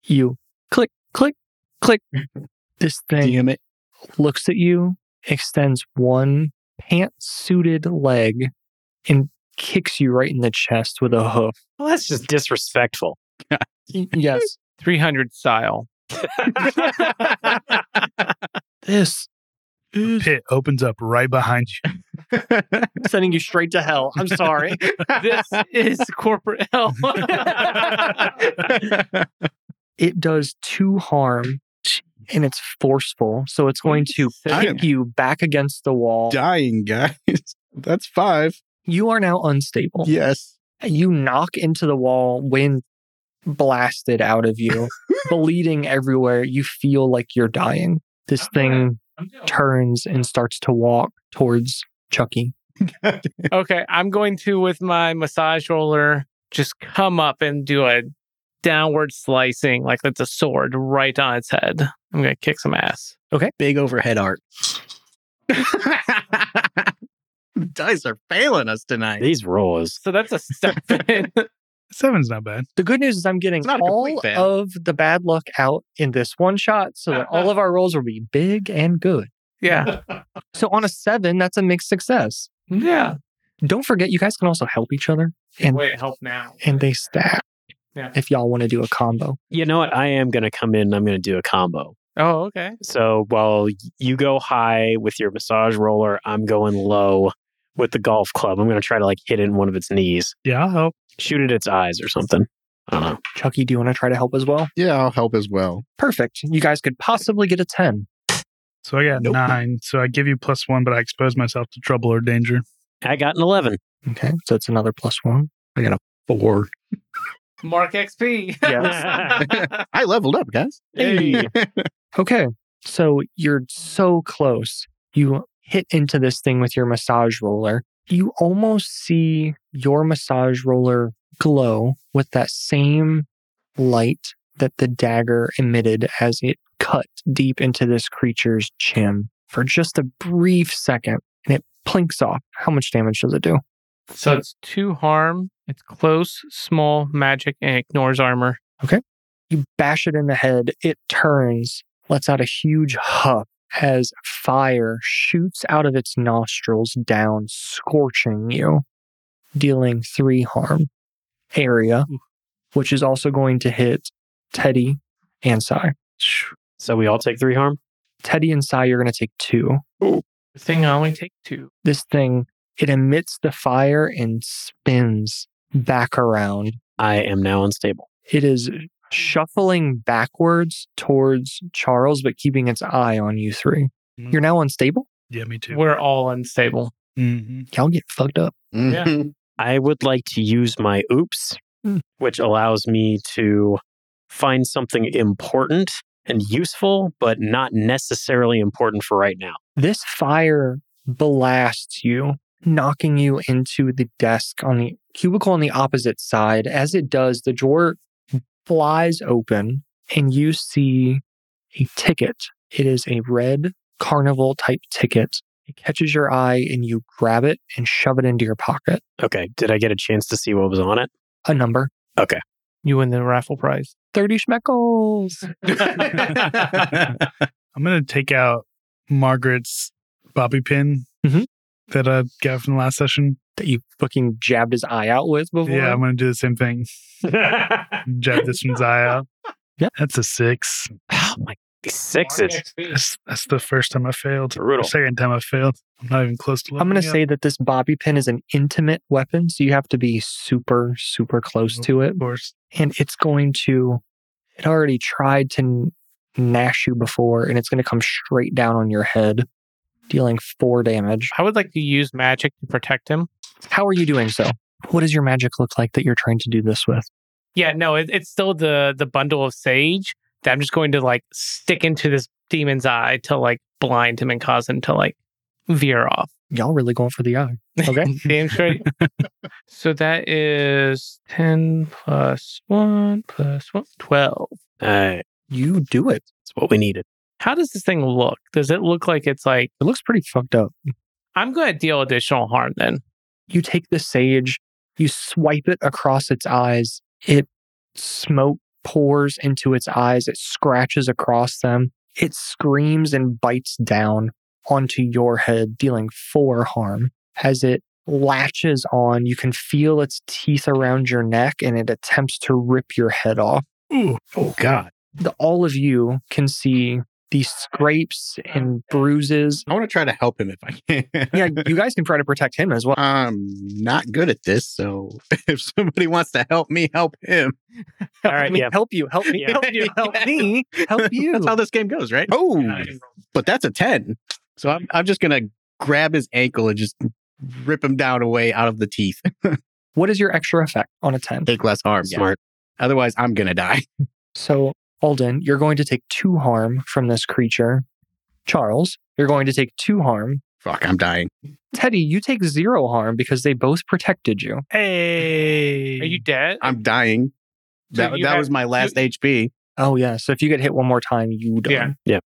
Speaker 5: You click, click, click. This thing
Speaker 1: Damn it.
Speaker 5: looks at you, extends one pantsuited leg, and kicks you right in the chest with a hoof.
Speaker 2: Well, that's just disrespectful.
Speaker 5: Yes.
Speaker 3: 300 style.
Speaker 5: This
Speaker 4: The
Speaker 5: is
Speaker 4: pit opens up right behind you.
Speaker 5: sending you straight to hell. I'm [laughs] sorry.
Speaker 3: [laughs] This is corporate [laughs] hell.
Speaker 5: it does two harm and it's forceful. So it's going
Speaker 3: [laughs]
Speaker 5: to
Speaker 1: I am-
Speaker 5: kick you back against the wall.
Speaker 1: Dying, guys. [laughs] That's five.
Speaker 5: You are now unstable.
Speaker 1: Yes.
Speaker 5: You knock into the wall, wind blasted out of
Speaker 1: [laughs]
Speaker 5: you, bleeding everywhere. You feel like you're dying. This thing turns and starts to walk towards Chucky.
Speaker 3: okay, I'm going to, with my massage roller, just come up and do a downward slicing, like that's a sword right on its head. I'm going to kick some ass.
Speaker 1: Big overhead art. [laughs] Dice are failing us tonight.
Speaker 2: These rolls.
Speaker 3: So that's a [laughs] step in.
Speaker 4: Seven's not bad.
Speaker 5: The good news is I'm getting
Speaker 1: It's not a complete
Speaker 5: all
Speaker 1: fail.
Speaker 5: of the bad luck out in this one shot so that
Speaker 1: [laughs]
Speaker 5: all of our rolls will be big and good.
Speaker 3: [laughs] Yeah.
Speaker 5: So on a seven, that's a mixed success.
Speaker 3: Yeah.
Speaker 5: Don't forget, you guys can also help each other And-
Speaker 3: Wait, help now.
Speaker 5: and they stack
Speaker 3: Yeah.
Speaker 5: if y'all want to do a combo.
Speaker 2: You know what? I am going to come in and I'm going to do a combo.
Speaker 3: Oh, okay.
Speaker 2: So while you go high with your massage roller, I'm going low with the golf club. I'm going to try to like hit it in one of its knees,
Speaker 4: Yeah, I'll help.
Speaker 2: shoot at its eyes or something. I don't know.
Speaker 5: Chucky, do you want to try to help as well?
Speaker 1: Yeah, I'll help as well.
Speaker 5: Perfect. You guys could possibly get a 10.
Speaker 4: So I got
Speaker 1: Nope.
Speaker 4: nine. So I give you plus one, but I expose myself to trouble or danger.
Speaker 2: I got an 11.
Speaker 5: Okay. So it's another plus one.
Speaker 1: Four.
Speaker 3: Mark XP. [laughs]
Speaker 2: Yes.
Speaker 1: I leveled up, guys.
Speaker 2: Hey.
Speaker 5: Okay. So you're so close. You hit into this thing with your massage roller. You almost see your massage roller glow with that same light that the dagger emitted as it cut deep into this creature's chin for just a brief second and it plinks off. How much damage does it do?
Speaker 3: so it's two harm. It's close, small, magic, and ignores armor.
Speaker 5: You bash it in the head. It turns, lets out a huge huff as fire shoots out of its nostrils down, scorching you, dealing three harm area, which is also going to hit Teddy and Sai.
Speaker 2: So we all take three harm?
Speaker 5: Teddy and Sai, you're going to take two.
Speaker 3: The thing I only take two.
Speaker 5: This thing, it emits the fire and spins back around.
Speaker 2: I am now unstable.
Speaker 5: It is shuffling backwards towards Charles, but keeping its eye on you three.
Speaker 4: Mhm.
Speaker 5: You're now unstable.
Speaker 4: Yeah, me too.
Speaker 3: We're all unstable.
Speaker 4: hmm
Speaker 5: Y'all get fucked up.
Speaker 1: Mhm.
Speaker 2: I would like to use my oops,
Speaker 5: Hmm.
Speaker 2: which allows me to find something important and useful, but not necessarily important for right now.
Speaker 5: This fire blasts you, knocking you into the desk on the cubicle on the opposite side. As it does, the drawer flies open and you see a ticket. It is a red carnival type ticket. It catches your eye and you grab it and shove it into your pocket.
Speaker 2: Okay. Did I get a chance to see what was on it?
Speaker 5: A number
Speaker 3: You win the raffle [laughs] prize.
Speaker 5: 30 schmeckles.
Speaker 4: I'm gonna take out Margaret's bobby pin
Speaker 5: Mhm.
Speaker 4: that I got from the last session.
Speaker 5: that you fucking jabbed his eye out with before.
Speaker 4: Yeah, I'm gonna do the same thing. Jab this one's eye
Speaker 5: [laughs]
Speaker 4: out.
Speaker 5: Yeah.
Speaker 4: that's a six.
Speaker 2: Oh my these sixes.
Speaker 4: That's, that's the first time I failed.
Speaker 2: Brutal.
Speaker 4: Second time I failed. I'm not even close to.
Speaker 5: I'm going to
Speaker 4: leveling
Speaker 5: say that this bobby pin is an intimate weapon, so you have to be super, super close to
Speaker 4: up,
Speaker 5: it.
Speaker 4: of course.
Speaker 5: And it's going to, it already tried to n- gnash you before, and it's going to come straight down on your head, dealing four damage.
Speaker 3: I would like to use magic to protect him.
Speaker 5: How are you doing so? What does your magic look like that you're trying to do this with?
Speaker 3: Yeah, no, it, it's still the the bundle of sage that I'm just going to like stick into this demon's eye to like blind him and cause him to like veer off.
Speaker 5: Y'all really going for the eye. Okay.
Speaker 3: Damn straight. [laughs] so that is 10 plus 1 plus 1, 12.
Speaker 2: All right.
Speaker 5: you do it.
Speaker 2: That's what we needed.
Speaker 3: How does this thing look? Does it look like it's like,
Speaker 5: It looks pretty fucked up.
Speaker 3: I'm going to deal additional harm then?
Speaker 5: you take the sage, you swipe it across its eyes. It smoke pours into its eyes, it scratches across them. It screams and bites down onto your head, dealing four harm. As it latches on, you can feel its teeth around your neck and it attempts to rip your head off
Speaker 4: Ooh, oh God.
Speaker 5: the, all of you can see these scrapes and bruises.
Speaker 1: I want to try to help him if I can.
Speaker 5: Yeah, you guys can try to protect him as well.
Speaker 1: [laughs] I'm not good at this, so [laughs] if somebody wants to help me, help him.
Speaker 2: All right,
Speaker 5: [laughs] I mean,
Speaker 2: yeah.
Speaker 5: help you, help me,
Speaker 2: Yeah.
Speaker 5: help you, help
Speaker 1: Yeah.
Speaker 5: me, help
Speaker 1: [laughs]
Speaker 5: you.
Speaker 1: That's how this game goes, right? Oh, but that's a 10. So I'm, I'm just going to grab his ankle and just rip him down away out of the teeth.
Speaker 5: What is your extra effect on a 10?
Speaker 1: Take less harm. yeah.
Speaker 2: Smart.
Speaker 1: Otherwise, I'm going to die. [laughs]
Speaker 5: So, Alden, you're going to take two harm from this creature. Charles, you're going to take two harm.
Speaker 1: Fuck, I'm dying.
Speaker 5: Teddy, you take zero harm because they both protected you.
Speaker 4: Hey.
Speaker 3: Are you dead?
Speaker 1: I'm dying.
Speaker 3: So
Speaker 1: That,
Speaker 3: you
Speaker 1: that
Speaker 3: have-
Speaker 1: was my last HP.
Speaker 5: Oh yeah. So if you get hit one more time, you done.
Speaker 3: Yeah.
Speaker 2: Yeah.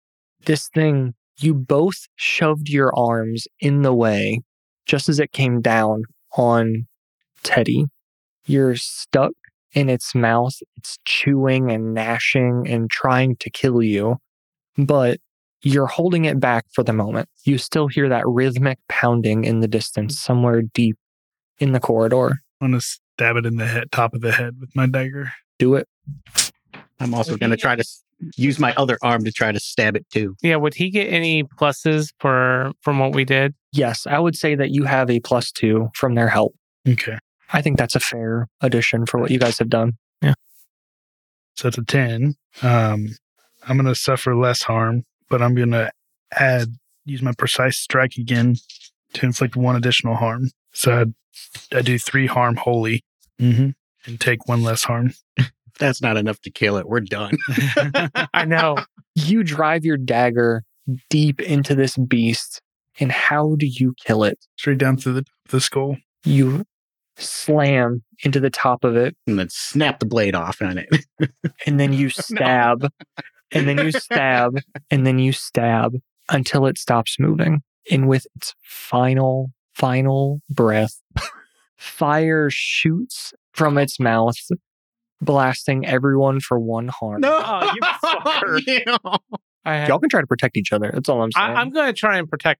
Speaker 5: This thing, you both shoved your arms in the way just as it came down on Teddy. You're stuck in its mouth. It's chewing and gnashing and trying to kill you, but you're holding it back for the moment. You still hear that rhythmic pounding in the distance, somewhere deep in the corridor.
Speaker 4: I'm gonna stab it in the head, top of the head with my dagger.
Speaker 5: Do it.
Speaker 1: I'm also going to try to s- use my other arm to try to stab it too.
Speaker 3: Yeah, would he get any pluses for from what we did?
Speaker 5: Yes, I would say that you have a plus two from their help.
Speaker 4: Okay.
Speaker 5: I think that's a fair addition for what you guys have done.
Speaker 4: So it's a ten. Um, I'm gonna suffer less harm, but I'm gonna add use my precise strike again to inflict one additional harm. So I, I do three harm wholly mm-hmm. and take one less harm.
Speaker 1: If that's not enough to kill it, we're done.
Speaker 3: [laughs] I know.
Speaker 5: You drive your dagger deep into this beast, and how do you kill it?
Speaker 4: Straight down through the the skull.
Speaker 5: You slam into the top of it,
Speaker 1: and then snap the blade off on it. [laughs]
Speaker 5: and
Speaker 3: [laughs]
Speaker 5: then you stab, and then you stab, and then you stab until it stops moving. And with its final, final breath, fire shoots from its mouth, blasting everyone for one harm.
Speaker 2: Oh,
Speaker 1: [laughs]
Speaker 2: you fucker.
Speaker 1: You-
Speaker 3: I have,
Speaker 5: Y'all can try to protect each other. That's all I'm
Speaker 3: I,
Speaker 5: saying.
Speaker 3: I'm going to try and protect.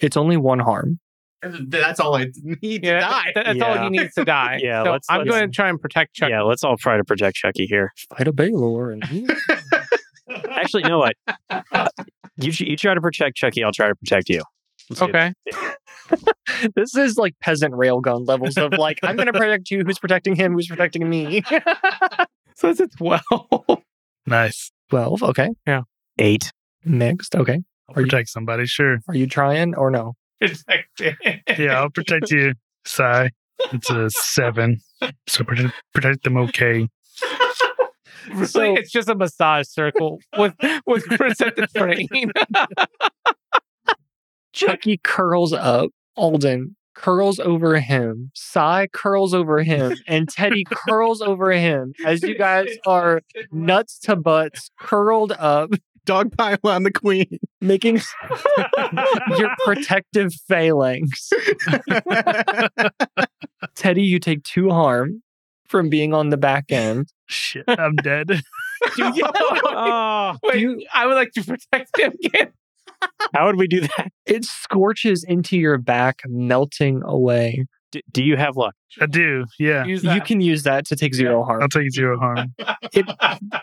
Speaker 5: it's only one harm.
Speaker 1: That's all I need to
Speaker 3: Yeah, [laughs]
Speaker 1: die.
Speaker 3: that- that's all
Speaker 2: Yeah.
Speaker 3: he needs to die.
Speaker 2: [laughs] Yeah,
Speaker 3: so
Speaker 2: let's-
Speaker 3: I'm
Speaker 2: let's-
Speaker 3: going to try and protect Chuck.
Speaker 2: Yeah, let's all try to protect Chucky here.
Speaker 5: Fight a Baylor and
Speaker 2: Actually, you know what? Uh, you, you try to protect Chucky, I'll try to protect you. Let's do
Speaker 3: Okay.
Speaker 5: [laughs] this is like peasant railgun levels of like I'm [laughs] going to protect you. Who's protecting him? Who's protecting me? [laughs]
Speaker 3: So it's a 12.
Speaker 4: Nice.
Speaker 5: Twelve. Okay.
Speaker 2: Eight.
Speaker 5: Mixed. Okay.
Speaker 4: I'll
Speaker 5: Are you-
Speaker 4: protect somebody. Sure.
Speaker 5: Are you trying or no?
Speaker 3: Protect it.
Speaker 4: Yeah, I'll protect you. Sigh. It's a seven. So protect, protect them. Okay.
Speaker 5: [laughs]
Speaker 3: Really,
Speaker 5: So-
Speaker 3: [laughs] it's just a massage circle with
Speaker 2: [laughs]
Speaker 3: with percent train.
Speaker 5: Chucky curls up. Alden curls over him. Sai curls over him, and [laughs] Teddy curls over him as you guys are
Speaker 3: [laughs]
Speaker 5: nuts to butts curled up,
Speaker 1: Dog pile on the [laughs] queen.
Speaker 5: making [laughs] your protective phalanx. Teddy, you take two harm from being on the back end.
Speaker 4: Shit. I'm dead.
Speaker 3: [laughs]
Speaker 2: Oh,
Speaker 3: Wait,
Speaker 5: You-
Speaker 3: I would like to protect him [laughs] again.
Speaker 2: [laughs] how would we do that?
Speaker 5: It scorches into your back, melting away.
Speaker 2: Do, do you have luck?
Speaker 4: I do. Yeah.
Speaker 3: Use
Speaker 5: You
Speaker 3: that.
Speaker 5: can use that to take zero harm.
Speaker 4: I'll take zero harm.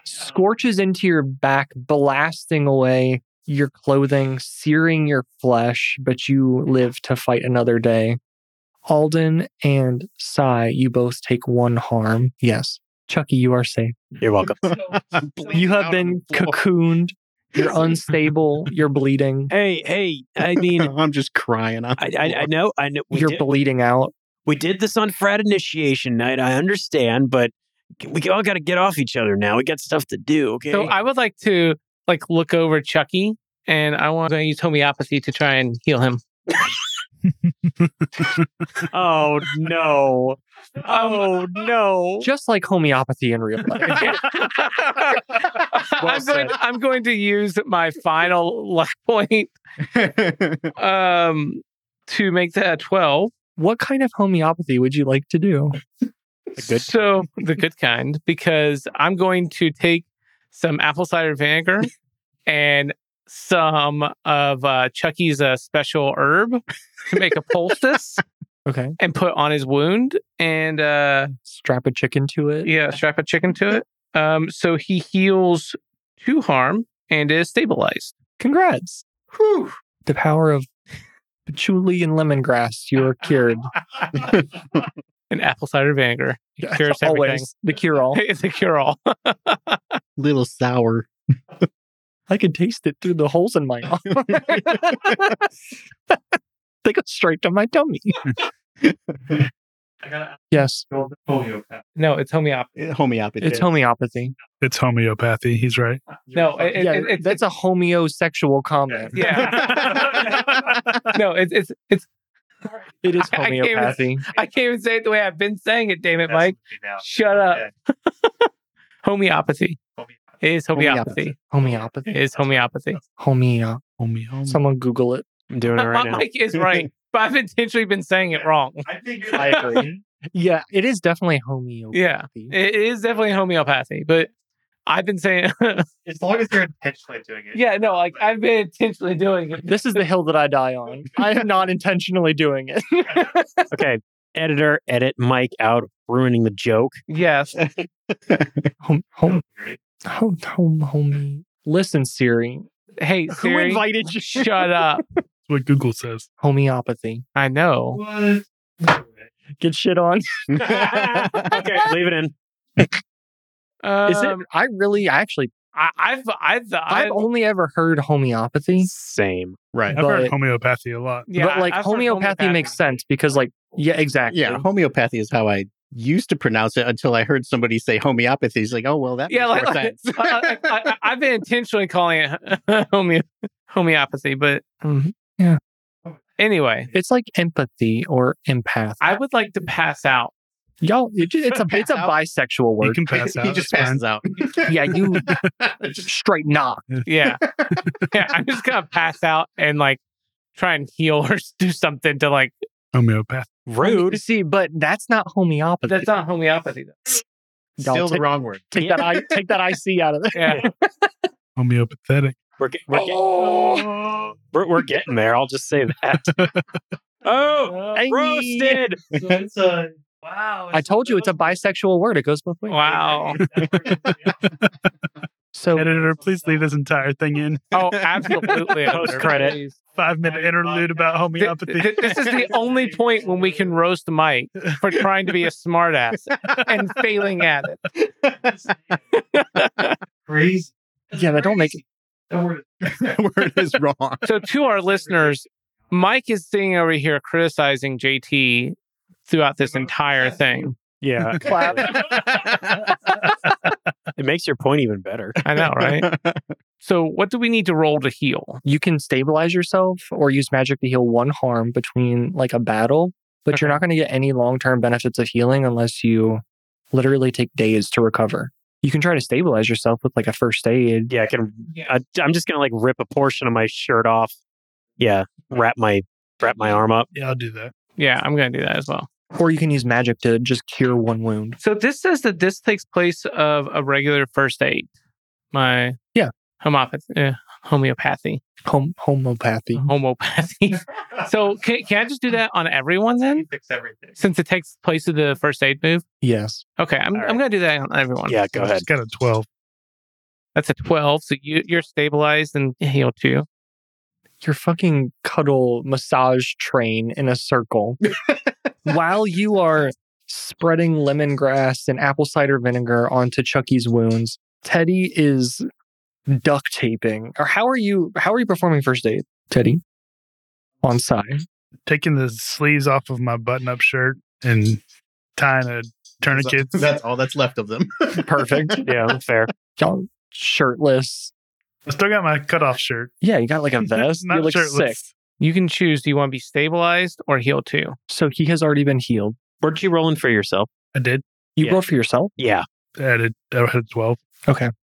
Speaker 5: Scorches into your back, blasting away your clothing, searing your flesh, but you live to fight another day. Alden and Sai, you both take one harm. Yes. Chucky, you are safe.
Speaker 2: You're welcome.
Speaker 5: You have been cocooned.
Speaker 3: [laughs]
Speaker 5: You're unstable. You're bleeding.
Speaker 2: hey, hey, I mean,
Speaker 1: Oh, I'm just crying. I'm [laughs]
Speaker 2: I, I, I know, I know. We
Speaker 5: You're
Speaker 2: did,
Speaker 5: bleeding out.
Speaker 2: we did this on frat initiation night. I understand, but we all got to get off each other now. We got stuff to do. Okay.
Speaker 3: So I would like to like look over Chucky and I want to use homeopathy to try and heal [laughs] him.
Speaker 2: [laughs] oh no!
Speaker 5: Um,
Speaker 2: Oh no!
Speaker 5: Just like homeopathy in real
Speaker 3: [laughs]
Speaker 5: life.
Speaker 3: I'm, going, I'm going to use my final luck [laughs] point um, to make that a 12.
Speaker 5: what kind of homeopathy would you like to do?
Speaker 1: good
Speaker 3: [laughs] so the good kind because I'm going to take some apple cider vinegar and some of uh, Chucky's uh, special herb to make a
Speaker 5: [laughs]
Speaker 3: poultice
Speaker 5: Okay.
Speaker 3: and put on his wound. And uh,
Speaker 5: Strap a chicken to it.
Speaker 3: yeah, strap a chicken to it. Um, so he heals to harm and is stabilized.
Speaker 5: Congrats.
Speaker 3: Whew.
Speaker 5: The power of patchouli and lemongrass. You are cured.
Speaker 3: And apple cider vinegar. [laughs] It cures everything.
Speaker 5: Always the cure all.
Speaker 3: [laughs] It's a cure all.
Speaker 1: Little sour.
Speaker 5: I can taste it through the holes
Speaker 3: [laughs]
Speaker 5: in my mouth. [laughs] they go straight to my
Speaker 3: [laughs]
Speaker 5: tummy. Yes.
Speaker 3: No, it's homeopathy.
Speaker 1: Homeopathy.
Speaker 5: It's homeopathy.
Speaker 4: It's homeopathy. He's right.
Speaker 3: No, it, it,
Speaker 5: yeah,
Speaker 3: it, it's-
Speaker 5: that's a homeosexual comment. [laughs]
Speaker 3: yeah. [laughs] no, it's it's it's.
Speaker 5: It is
Speaker 3: I- I can't even-
Speaker 5: homeopathy.
Speaker 3: I can't even say it the way I've been saying it. Damn it, Mike! Shut up. [laughs] Homeopathy. It is homeopathy.
Speaker 5: Homeopathy.
Speaker 3: It is homeopathy.
Speaker 5: Homeo.
Speaker 4: Homie, homie.
Speaker 5: Someone Google it.
Speaker 2: I'm doing it
Speaker 5: [laughs]
Speaker 3: [laughs]
Speaker 5: Oh
Speaker 2: right now.
Speaker 3: Mike is right, but I've intentionally been saying it wrong.
Speaker 5: I agree. yeah, it is definitely homeopathy.
Speaker 3: [laughs] Yeah, it is definitely homeopathy, but I've been saying. [laughs]
Speaker 6: As long as you're intentionally doing it.
Speaker 3: yeah, no, like I've been intentionally doing it.
Speaker 5: This is the hill that I die on. I am not intentionally doing it.
Speaker 2: Okay. Editor, edit Mike out, ruining the joke.
Speaker 3: Yes.
Speaker 5: Home, home, home, home, homie. Listen, Siri.
Speaker 3: Hey,
Speaker 5: Who
Speaker 3: Siri,
Speaker 5: invited you?
Speaker 3: shut up.
Speaker 4: That's what Google says.
Speaker 5: Homeopathy.
Speaker 3: I know.
Speaker 6: What?
Speaker 5: Get shit on.
Speaker 2: [laughs]
Speaker 5: [laughs]
Speaker 2: Okay, leave it in.
Speaker 3: Um,
Speaker 5: Is it? I really, I actually,
Speaker 3: I, I've,
Speaker 5: I've
Speaker 3: I've, I've,
Speaker 5: only ever heard homeopathy.
Speaker 2: Same.
Speaker 1: right.
Speaker 4: I've
Speaker 5: But-
Speaker 4: heard homeopathy a lot.
Speaker 3: yeah,
Speaker 5: but like
Speaker 3: I've heard
Speaker 5: homeopathy, makes sense because, like, yeah, exactly.
Speaker 1: Yeah, homeopathy is how I used to pronounce it until I heard somebody say homeopathy. It's like, oh well, that
Speaker 3: Yeah,
Speaker 1: makes
Speaker 3: like,
Speaker 1: more
Speaker 3: like [laughs] uh,
Speaker 1: sense. [laughs]
Speaker 3: I, I, I, have been intentionally calling it [laughs] homeo- homeopathy, but
Speaker 5: Mhm.
Speaker 3: anyway,
Speaker 5: It's like empathy or empath.
Speaker 3: I would like to pass out.
Speaker 5: Y'all, it, it's a it's a
Speaker 1: Out.
Speaker 5: bisexual
Speaker 4: You
Speaker 5: word. [laughs]
Speaker 4: can pass out.
Speaker 1: he just
Speaker 4: it's fine.
Speaker 1: passes out.
Speaker 5: yeah, you straight knock.
Speaker 3: Yeah, [laughs] yeah, I'm just gonna pass out and like try and heal or do something to like.
Speaker 4: Homeopathy.
Speaker 2: Rude.
Speaker 5: See, but that's not homeopathy.
Speaker 3: That's not homeopathy though.
Speaker 5: Y'all
Speaker 1: Still
Speaker 5: take,
Speaker 1: the wrong word.
Speaker 5: take that I take that IC out of there.
Speaker 3: [laughs] Yeah,
Speaker 4: Homeopathetic.
Speaker 2: We're, ge- we're,
Speaker 5: Oh.
Speaker 2: ge- we're, we're getting there. I'll just say
Speaker 5: [laughs]
Speaker 2: that. oh,
Speaker 5: Hey.
Speaker 2: roasted.
Speaker 6: So it's a wow.
Speaker 5: I told you it's a bisexual word. It goes both
Speaker 3: Oh,
Speaker 5: ways.
Speaker 3: wow.
Speaker 5: So
Speaker 4: Editor, please leave this entire thing in.
Speaker 3: Oh,
Speaker 1: [laughs]
Speaker 3: absolutely.
Speaker 2: Post credit.
Speaker 3: Please.
Speaker 4: Five minute interlude about
Speaker 3: Th-
Speaker 4: homeopathy.
Speaker 3: th- [laughs] this is the only point when we can roast Mike for trying to be a smartass and failing at it.
Speaker 6: Crazy.
Speaker 5: yeah, that don't make it.
Speaker 6: Don't worry.
Speaker 1: that word is [laughs] wrong.
Speaker 3: So, to our listeners, Mike is sitting over here criticizing JT throughout this entire thing.
Speaker 2: Yeah,
Speaker 5: Clap.
Speaker 2: it makes your point even better.
Speaker 3: I know,
Speaker 2: [laughs]
Speaker 3: right? So, what do we need to roll to heal?
Speaker 5: You can stabilize yourself or use magic to heal one harm between like a battle, but you're
Speaker 3: Okay.
Speaker 5: not going to get any long term benefits of healing unless you literally take days to recover. You can try to stabilize yourself with like a first aid.
Speaker 2: Yeah, I can. I, I'm just gonna like rip a portion of my shirt off. Yeah, wrap my wrap my arm up.
Speaker 4: Yeah, I'll do that.
Speaker 3: Yeah, I'm going to do that as well.
Speaker 5: Or you can use magic to just cure one wound.
Speaker 3: So, this says that this takes place of a regular first aid. My
Speaker 5: Yeah.
Speaker 3: homeopathy, uh, homeopathy,
Speaker 5: Home homopathy.
Speaker 2: Mm-hmm. [laughs]
Speaker 3: homopathy. so, can, can I just do that on everyone then?
Speaker 6: Fix everything.
Speaker 3: Since it takes place of the first aid move.
Speaker 5: Yes.
Speaker 3: Okay, I'm,
Speaker 2: All right.
Speaker 3: I'm going to do that on everyone.
Speaker 2: Yeah, go
Speaker 4: I
Speaker 2: ahead.
Speaker 4: just got a 12.
Speaker 3: That's a 12. So you, you're stabilized and healed too.
Speaker 5: Your fucking cuddle massage train in a [laughs] circle while you are spreading lemongrass and apple cider vinegar onto Chucky's wounds. Teddy is duct taping. Or how are you how are you performing first aid, Teddy? On side.
Speaker 4: Taking the sleeves off of my button up shirt and tying a tourniquet.
Speaker 1: That's all that's left of them.
Speaker 5: Perfect.
Speaker 1: [laughs]
Speaker 2: [laughs] Yeah, fair.
Speaker 5: Y'all shirtless.
Speaker 4: I still got my cutoff shirt.
Speaker 5: Yeah, you got like [laughs] a vest.
Speaker 4: [laughs] Not
Speaker 5: you look
Speaker 4: shirtless.
Speaker 5: sick.
Speaker 3: You can choose do you want to be stabilized or healed too?
Speaker 5: So he has already been healed.
Speaker 2: Weren't you rolling for yourself?
Speaker 4: I did.
Speaker 5: You
Speaker 2: Yeah.
Speaker 5: roll for yourself.
Speaker 2: Yeah,
Speaker 4: I had a, I had a 12.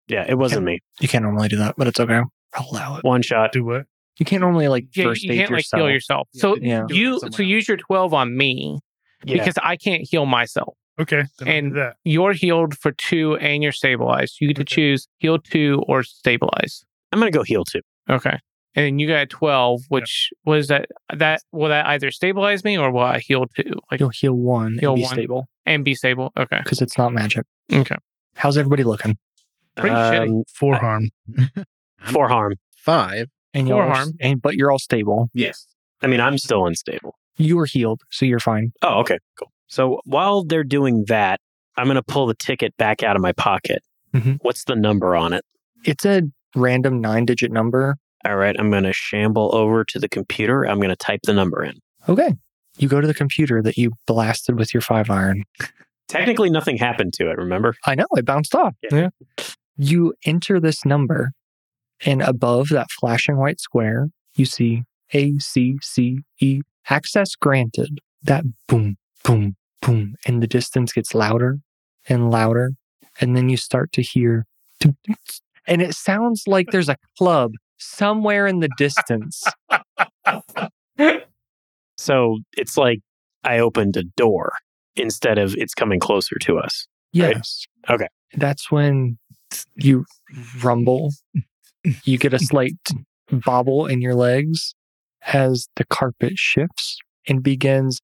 Speaker 2: yeah. It wasn't me.
Speaker 5: You can't normally do that, but it's okay. I'll allow it.
Speaker 2: One shot.
Speaker 4: Do what?
Speaker 5: You can't normally like
Speaker 3: Yeah,
Speaker 5: first
Speaker 3: you
Speaker 5: aid
Speaker 3: can't like
Speaker 5: yourself.
Speaker 3: heal yourself. So
Speaker 5: Yeah.
Speaker 3: you so use your 12 on me
Speaker 2: Yeah.
Speaker 3: because I can't heal myself.
Speaker 4: Okay. Then I'll
Speaker 3: And-
Speaker 4: do that.
Speaker 3: You're healed for two and you're stabilized. You get to
Speaker 4: Okay.
Speaker 3: choose heal two or stabilize.
Speaker 2: I'm going to go heal too.
Speaker 3: Okay. And you got a 12, which was that, that, will that either stabilize me or will I heal two? Like,
Speaker 5: You'll heal one
Speaker 3: Heal
Speaker 5: and be
Speaker 3: one.
Speaker 5: stable
Speaker 3: and be stable? Okay.
Speaker 5: because it's not magic.
Speaker 3: Okay.
Speaker 5: How's everybody looking?
Speaker 3: Pretty shitty.
Speaker 4: Forearm.
Speaker 2: Um, For harm.
Speaker 1: Five.
Speaker 5: And you're
Speaker 3: Forearm.
Speaker 5: and but you're all stable.
Speaker 2: Yes. I mean, I'm still unstable.
Speaker 5: You are healed, so you're fine.
Speaker 2: Oh, okay. Cool. So while they're doing that, I'm going to pull the ticket back out of my pocket.
Speaker 5: Mhm.
Speaker 2: What's the number on it?
Speaker 5: It's a random nine digit number.
Speaker 2: All right. I'm going to shamble over to the computer. I'm going to type the number in.
Speaker 5: Okay. You go to the computer that you blasted with your five iron.
Speaker 2: Technically, nothing happened to it, remember?
Speaker 5: I know it bounced off.
Speaker 3: Yeah.
Speaker 5: You enter this number, and above that flashing white square, you see A C C E access granted. That boom, boom, boom, and the distance gets louder and louder, and then you start to hear, "Tum, tum, ts," and it sounds like there's a club somewhere in the distance.
Speaker 2: So it's like I opened a door instead of it's coming closer to
Speaker 5: [laughs]
Speaker 2: us.
Speaker 5: Yes.
Speaker 2: Okay.
Speaker 5: That's when you rumble. You get a slight bobble in your legs as the carpet shifts and begins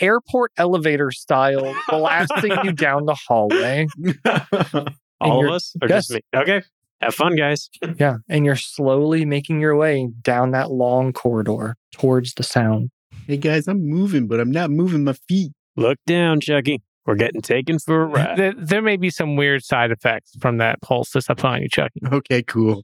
Speaker 5: airport elevator [laughs] style blasting you down the hallway. And
Speaker 2: All of
Speaker 5: you're-
Speaker 2: us? Or just
Speaker 5: Yes.
Speaker 2: me? Okay. Have fun, guys.
Speaker 5: Yeah. And you're slowly making your way down that long corridor towards the sound.
Speaker 1: Hey guys, I'm moving, but I'm not moving my feet. [laughs]
Speaker 2: Look down, Chucky. We're getting taken for a
Speaker 5: [laughs]
Speaker 2: ride.
Speaker 3: There, there may be some weird side effects from that pulse that's upon you, Chucky.
Speaker 1: Okay, cool.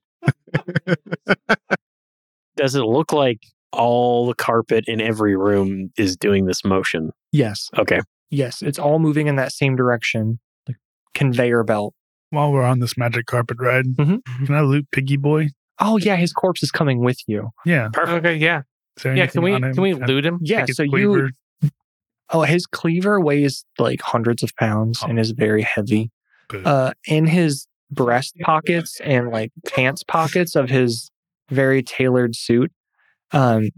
Speaker 2: Does it look like all the carpet in every room is doing this motion?
Speaker 5: Yes.
Speaker 2: Okay.
Speaker 5: Yes. It's all moving in that same direction. The conveyor belt.
Speaker 4: While we're on this magic carpet ride,
Speaker 5: Mhm.
Speaker 4: can I loot Piggy Boy?
Speaker 5: Oh, yeah. His corpse is coming with you.
Speaker 4: Yeah.
Speaker 2: Perfect.
Speaker 3: Okay. Yeah.
Speaker 4: Is there
Speaker 3: Yeah.
Speaker 4: anything
Speaker 3: Can we,
Speaker 4: on him?
Speaker 3: can we
Speaker 4: Can I
Speaker 3: loot him?
Speaker 5: Yeah.
Speaker 4: take his
Speaker 5: So you,
Speaker 4: quiver?
Speaker 5: Oh, his cleaver weighs like hundreds of pounds and is very heavy.
Speaker 4: Good.
Speaker 5: Uh, in his breast pockets and like pants pockets of his very tailored suit, um,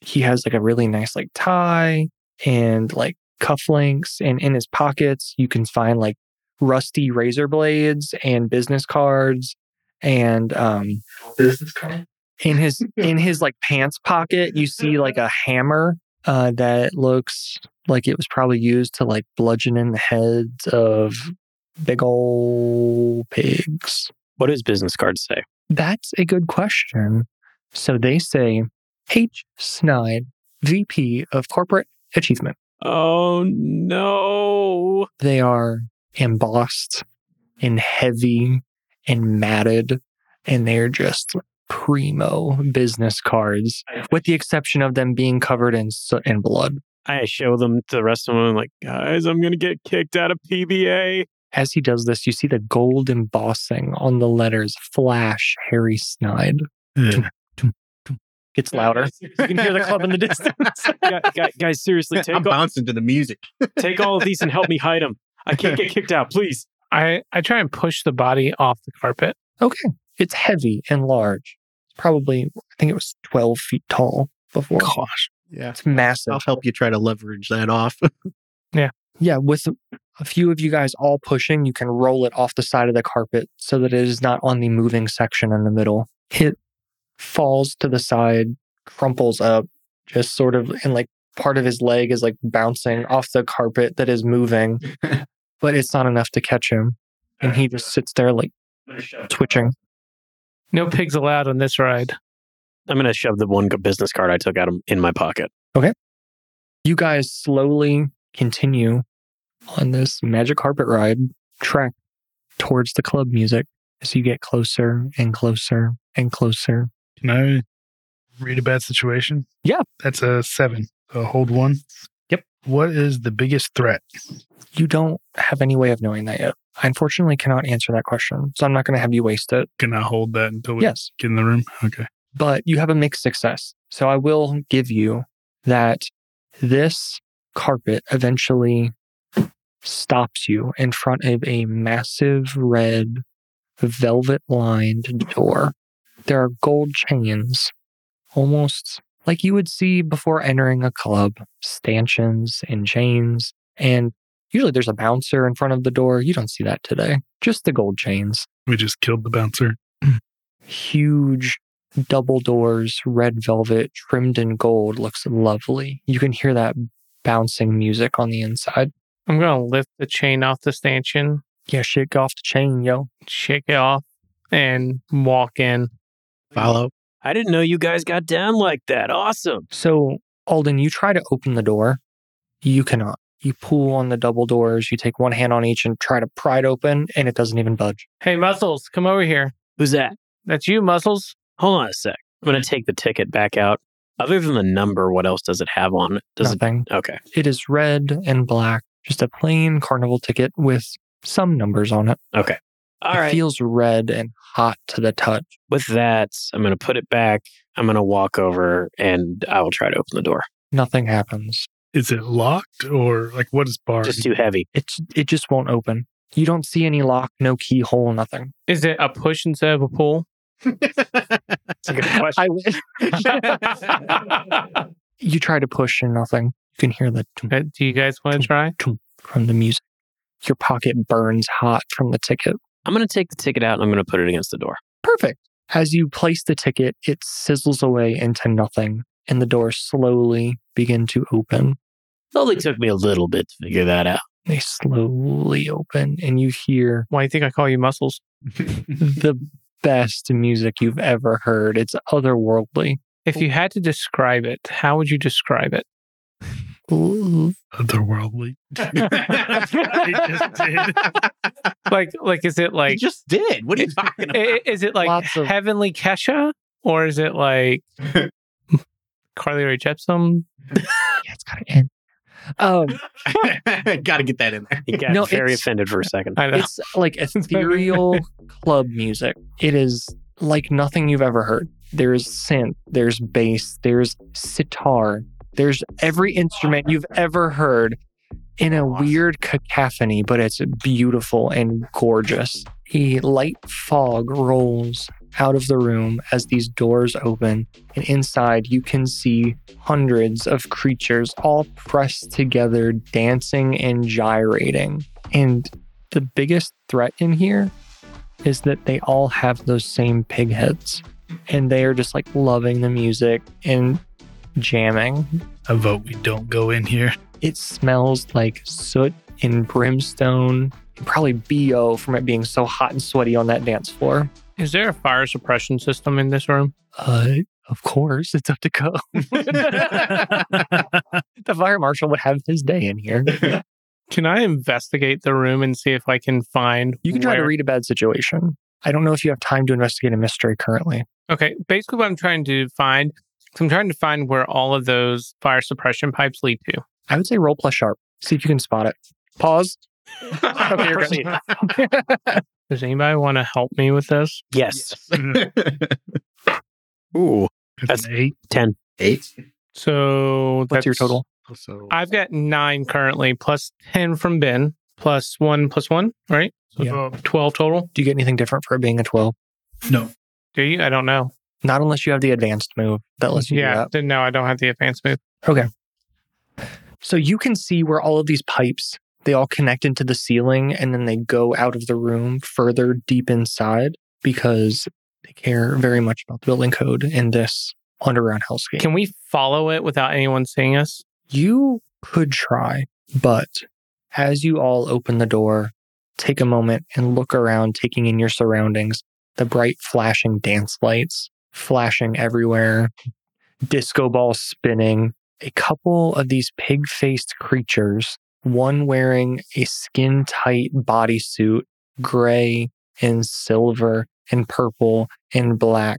Speaker 5: he has like a really nice like tie and like cufflinks. And in his pockets, you can find like rusty razor blades and business cards. And um,
Speaker 6: Business card. [laughs]
Speaker 5: in his in his like pants pocket, you see like a hammer uh, that looks like it was probably used to like bludgeon in the heads of big old pigs.
Speaker 2: What does business cards say?
Speaker 5: That's a good question. So they say H. Snide, VP of Corporate Achievement.
Speaker 2: Oh, no.
Speaker 5: They are embossed and heavy and matted, and they're just primo business cards with the exception of them being covered in soot and blood.
Speaker 2: I show them to the rest of them. I'm like, guys, I'm going to get kicked out of PBA.
Speaker 5: As he does this, you see the gold embossing on the letters flash Harry Snide.
Speaker 4: Yeah.
Speaker 5: Gets louder. You can hear the
Speaker 2: [laughs]
Speaker 5: club in the distance.
Speaker 2: Gu- gu- guys,
Speaker 5: [laughs]
Speaker 1: [laughs]
Speaker 2: seriously,
Speaker 1: I'm
Speaker 2: take, all,
Speaker 1: bouncing to the music.
Speaker 2: take all of these and help me hide them. I can't get kicked out, please.
Speaker 3: I, I try and push the body off the carpet.
Speaker 5: okay. It's heavy and large. It's probably, I think it was 12 feet tall before.
Speaker 4: Gosh.
Speaker 1: Yeah.
Speaker 5: It's massive.
Speaker 1: I'll help you try to leverage that off. [laughs]
Speaker 5: Yeah, with a few of you guys all pushing, you can roll it off the side of the carpet so that it is not on the moving section in the middle. It falls to the side, crumples up, just sort of, and like part of his leg is like bouncing off the carpet that is moving, but it's not enough to catch him. And he just sits there like twitching.
Speaker 3: No pigs allowed on this ride.
Speaker 2: I'm going to shove the one business card I took out of in my pocket.
Speaker 5: You guys slowly continue on this magic carpet ride track towards the club music as you get closer and closer and closer
Speaker 4: Can I read a bad situation?
Speaker 5: Yeah.
Speaker 4: That's a seven. So hold one.
Speaker 5: Yep.
Speaker 4: What is the biggest threat?
Speaker 5: you don't have any way of knowing that yet. I unfortunately cannot answer that question, so I'm not going to have you waste it.
Speaker 4: Can I hold that until we
Speaker 5: Yes,
Speaker 4: get in the room? Okay.
Speaker 5: but you have a mixed success. So I will give you that this carpet eventually stops you in front of a massive red velvet lined door. There are gold chains, almost like you would see before entering a club, stanchions and chains. And usually there's a bouncer in front of the door. You don't see that today, just the gold chains.
Speaker 4: We just killed the bouncer.
Speaker 5: huge double doors, red velvet, trimmed in gold. Looks lovely. You can hear that bouncing music on the inside.
Speaker 3: I'm gonna lift the chain off the stanchion,
Speaker 5: Yeah, shake off the chain, yo.
Speaker 3: shake it off, and walk in.
Speaker 7: Follow.
Speaker 2: I didn't know you guys got down like that. Awesome.
Speaker 5: So, Alden, you try to open the door. You cannot. You pull on the double doors, you take one hand on each and try to pry it open, and it doesn't even budge.
Speaker 3: Hey, muscles, come over here.
Speaker 2: Who's that?
Speaker 3: That's you, muscles.
Speaker 2: Hold on a sec. I'm going to take the ticket back out. Other than the number, what else does it have on it? Does it?
Speaker 5: Nothing.
Speaker 2: Okay.
Speaker 5: It is red and black, just a plain carnival ticket with some numbers on it.
Speaker 2: All
Speaker 5: it
Speaker 2: right.
Speaker 5: feels red and hot to the touch.
Speaker 2: With that, I'm going to put it back. I'm going to walk over and I will try to open the door.
Speaker 5: Nothing happens.
Speaker 4: Is it locked or like what is barred?
Speaker 2: Just too heavy.
Speaker 5: It's it just won't open. You don't see any lock, no keyhole, nothing.
Speaker 3: Is it a push instead of a pull? [laughs]
Speaker 2: That's [laughs] a good question.
Speaker 5: I you try to push and nothing. You can hear the thump
Speaker 3: Uh, Do you guys want to try?
Speaker 5: from the music. Your pocket burns hot from the ticket.
Speaker 2: I'm going to take the ticket out and I'm going to put it against the door.
Speaker 5: Perfect. As you place the ticket, it sizzles away into nothing, and the doors slowly begin to open.
Speaker 2: It only took me a little bit to figure that out.
Speaker 5: They slowly open, and you hear
Speaker 3: Why do you think I call you muscles?
Speaker 5: the best music you've ever heard. It's otherworldly.
Speaker 3: If you had to describe it, how would you describe it?
Speaker 5: Ooh.
Speaker 4: [laughs] Otherworldly.
Speaker 3: Like, like, is
Speaker 7: [laughs]
Speaker 3: it
Speaker 7: Like,
Speaker 3: like,
Speaker 7: just did. What are [laughs] you talking about?
Speaker 3: i- i- is it like
Speaker 5: Lots of-
Speaker 3: heavenly Kesha, or is it
Speaker 5: [laughs]
Speaker 3: like Carly Rae Jepsen?
Speaker 5: Yeah, it's gotta end. Um,
Speaker 1: [laughs]
Speaker 7: Got to get that in there.
Speaker 2: He got
Speaker 5: No,
Speaker 2: very
Speaker 5: it's-
Speaker 2: offended for a second.
Speaker 3: I know.
Speaker 5: it's
Speaker 3: [laughs]
Speaker 5: like ethereal club music. It is like nothing you've ever heard. There's synth, there's bass, there's sitar, there's every instrument you've ever heard in a weird cacophony, but it's beautiful and gorgeous. A light fog rolls out of the room as these doors open, and inside you can see hundreds of creatures all pressed together, dancing and gyrating. And the biggest threat in here is that they all have those same pig heads and they are just like loving the music and jamming.
Speaker 4: I vote we don't go in here.
Speaker 5: It smells like soot and brimstone, and probably BO from it being so hot and sweaty on that dance floor.
Speaker 3: Is there a fire suppression system in
Speaker 5: [laughs]
Speaker 3: this room?
Speaker 5: Uh, of course, it's up to code. [laughs] the fire marshal would have his day in here.
Speaker 3: Can I investigate the room and see if I can find?
Speaker 5: You can try to
Speaker 3: where-
Speaker 5: read a bad situation. I don't know if you have time to investigate a mystery currently.
Speaker 3: Okay, basically, what I'm trying to find, I'm trying to find where all of those fire suppression pipes lead to.
Speaker 5: I would say roll plus sharp. See if you can spot it. Pause. [laughs] Okay, you're good.
Speaker 3: Does anybody want to help me with this?
Speaker 2: yes.
Speaker 1: [laughs] Ooh.
Speaker 4: It's
Speaker 2: That's-
Speaker 4: an eight.
Speaker 2: 10.
Speaker 1: Eight.
Speaker 3: So
Speaker 5: What's your
Speaker 3: that's-
Speaker 5: total?
Speaker 4: So
Speaker 3: I've got nine currently, plus ten from Ben, plus one, plus one, right? So
Speaker 5: Yeah.
Speaker 3: about twelve total.
Speaker 5: Do you get anything different for it being a 12?
Speaker 4: no.
Speaker 3: Do you? I don't know.
Speaker 5: Not unless you have the advanced move that lets you do
Speaker 3: yeah,
Speaker 5: that.
Speaker 3: then no, I don't have the advanced move.
Speaker 5: So you can see where all of these pipes, they all connect into the ceiling and then they go out of the room further deep inside because they care very much about the building code in this underground hellscape.
Speaker 3: Can we follow it without anyone seeing us?
Speaker 5: You could try, but as you all open the door, take a moment and look around, taking in your surroundings, the bright flashing dance lights flashing everywhere, disco balls spinning. A couple of these pig faced creatures, one wearing a skin tight bodysuit, gray and silver and purple and black,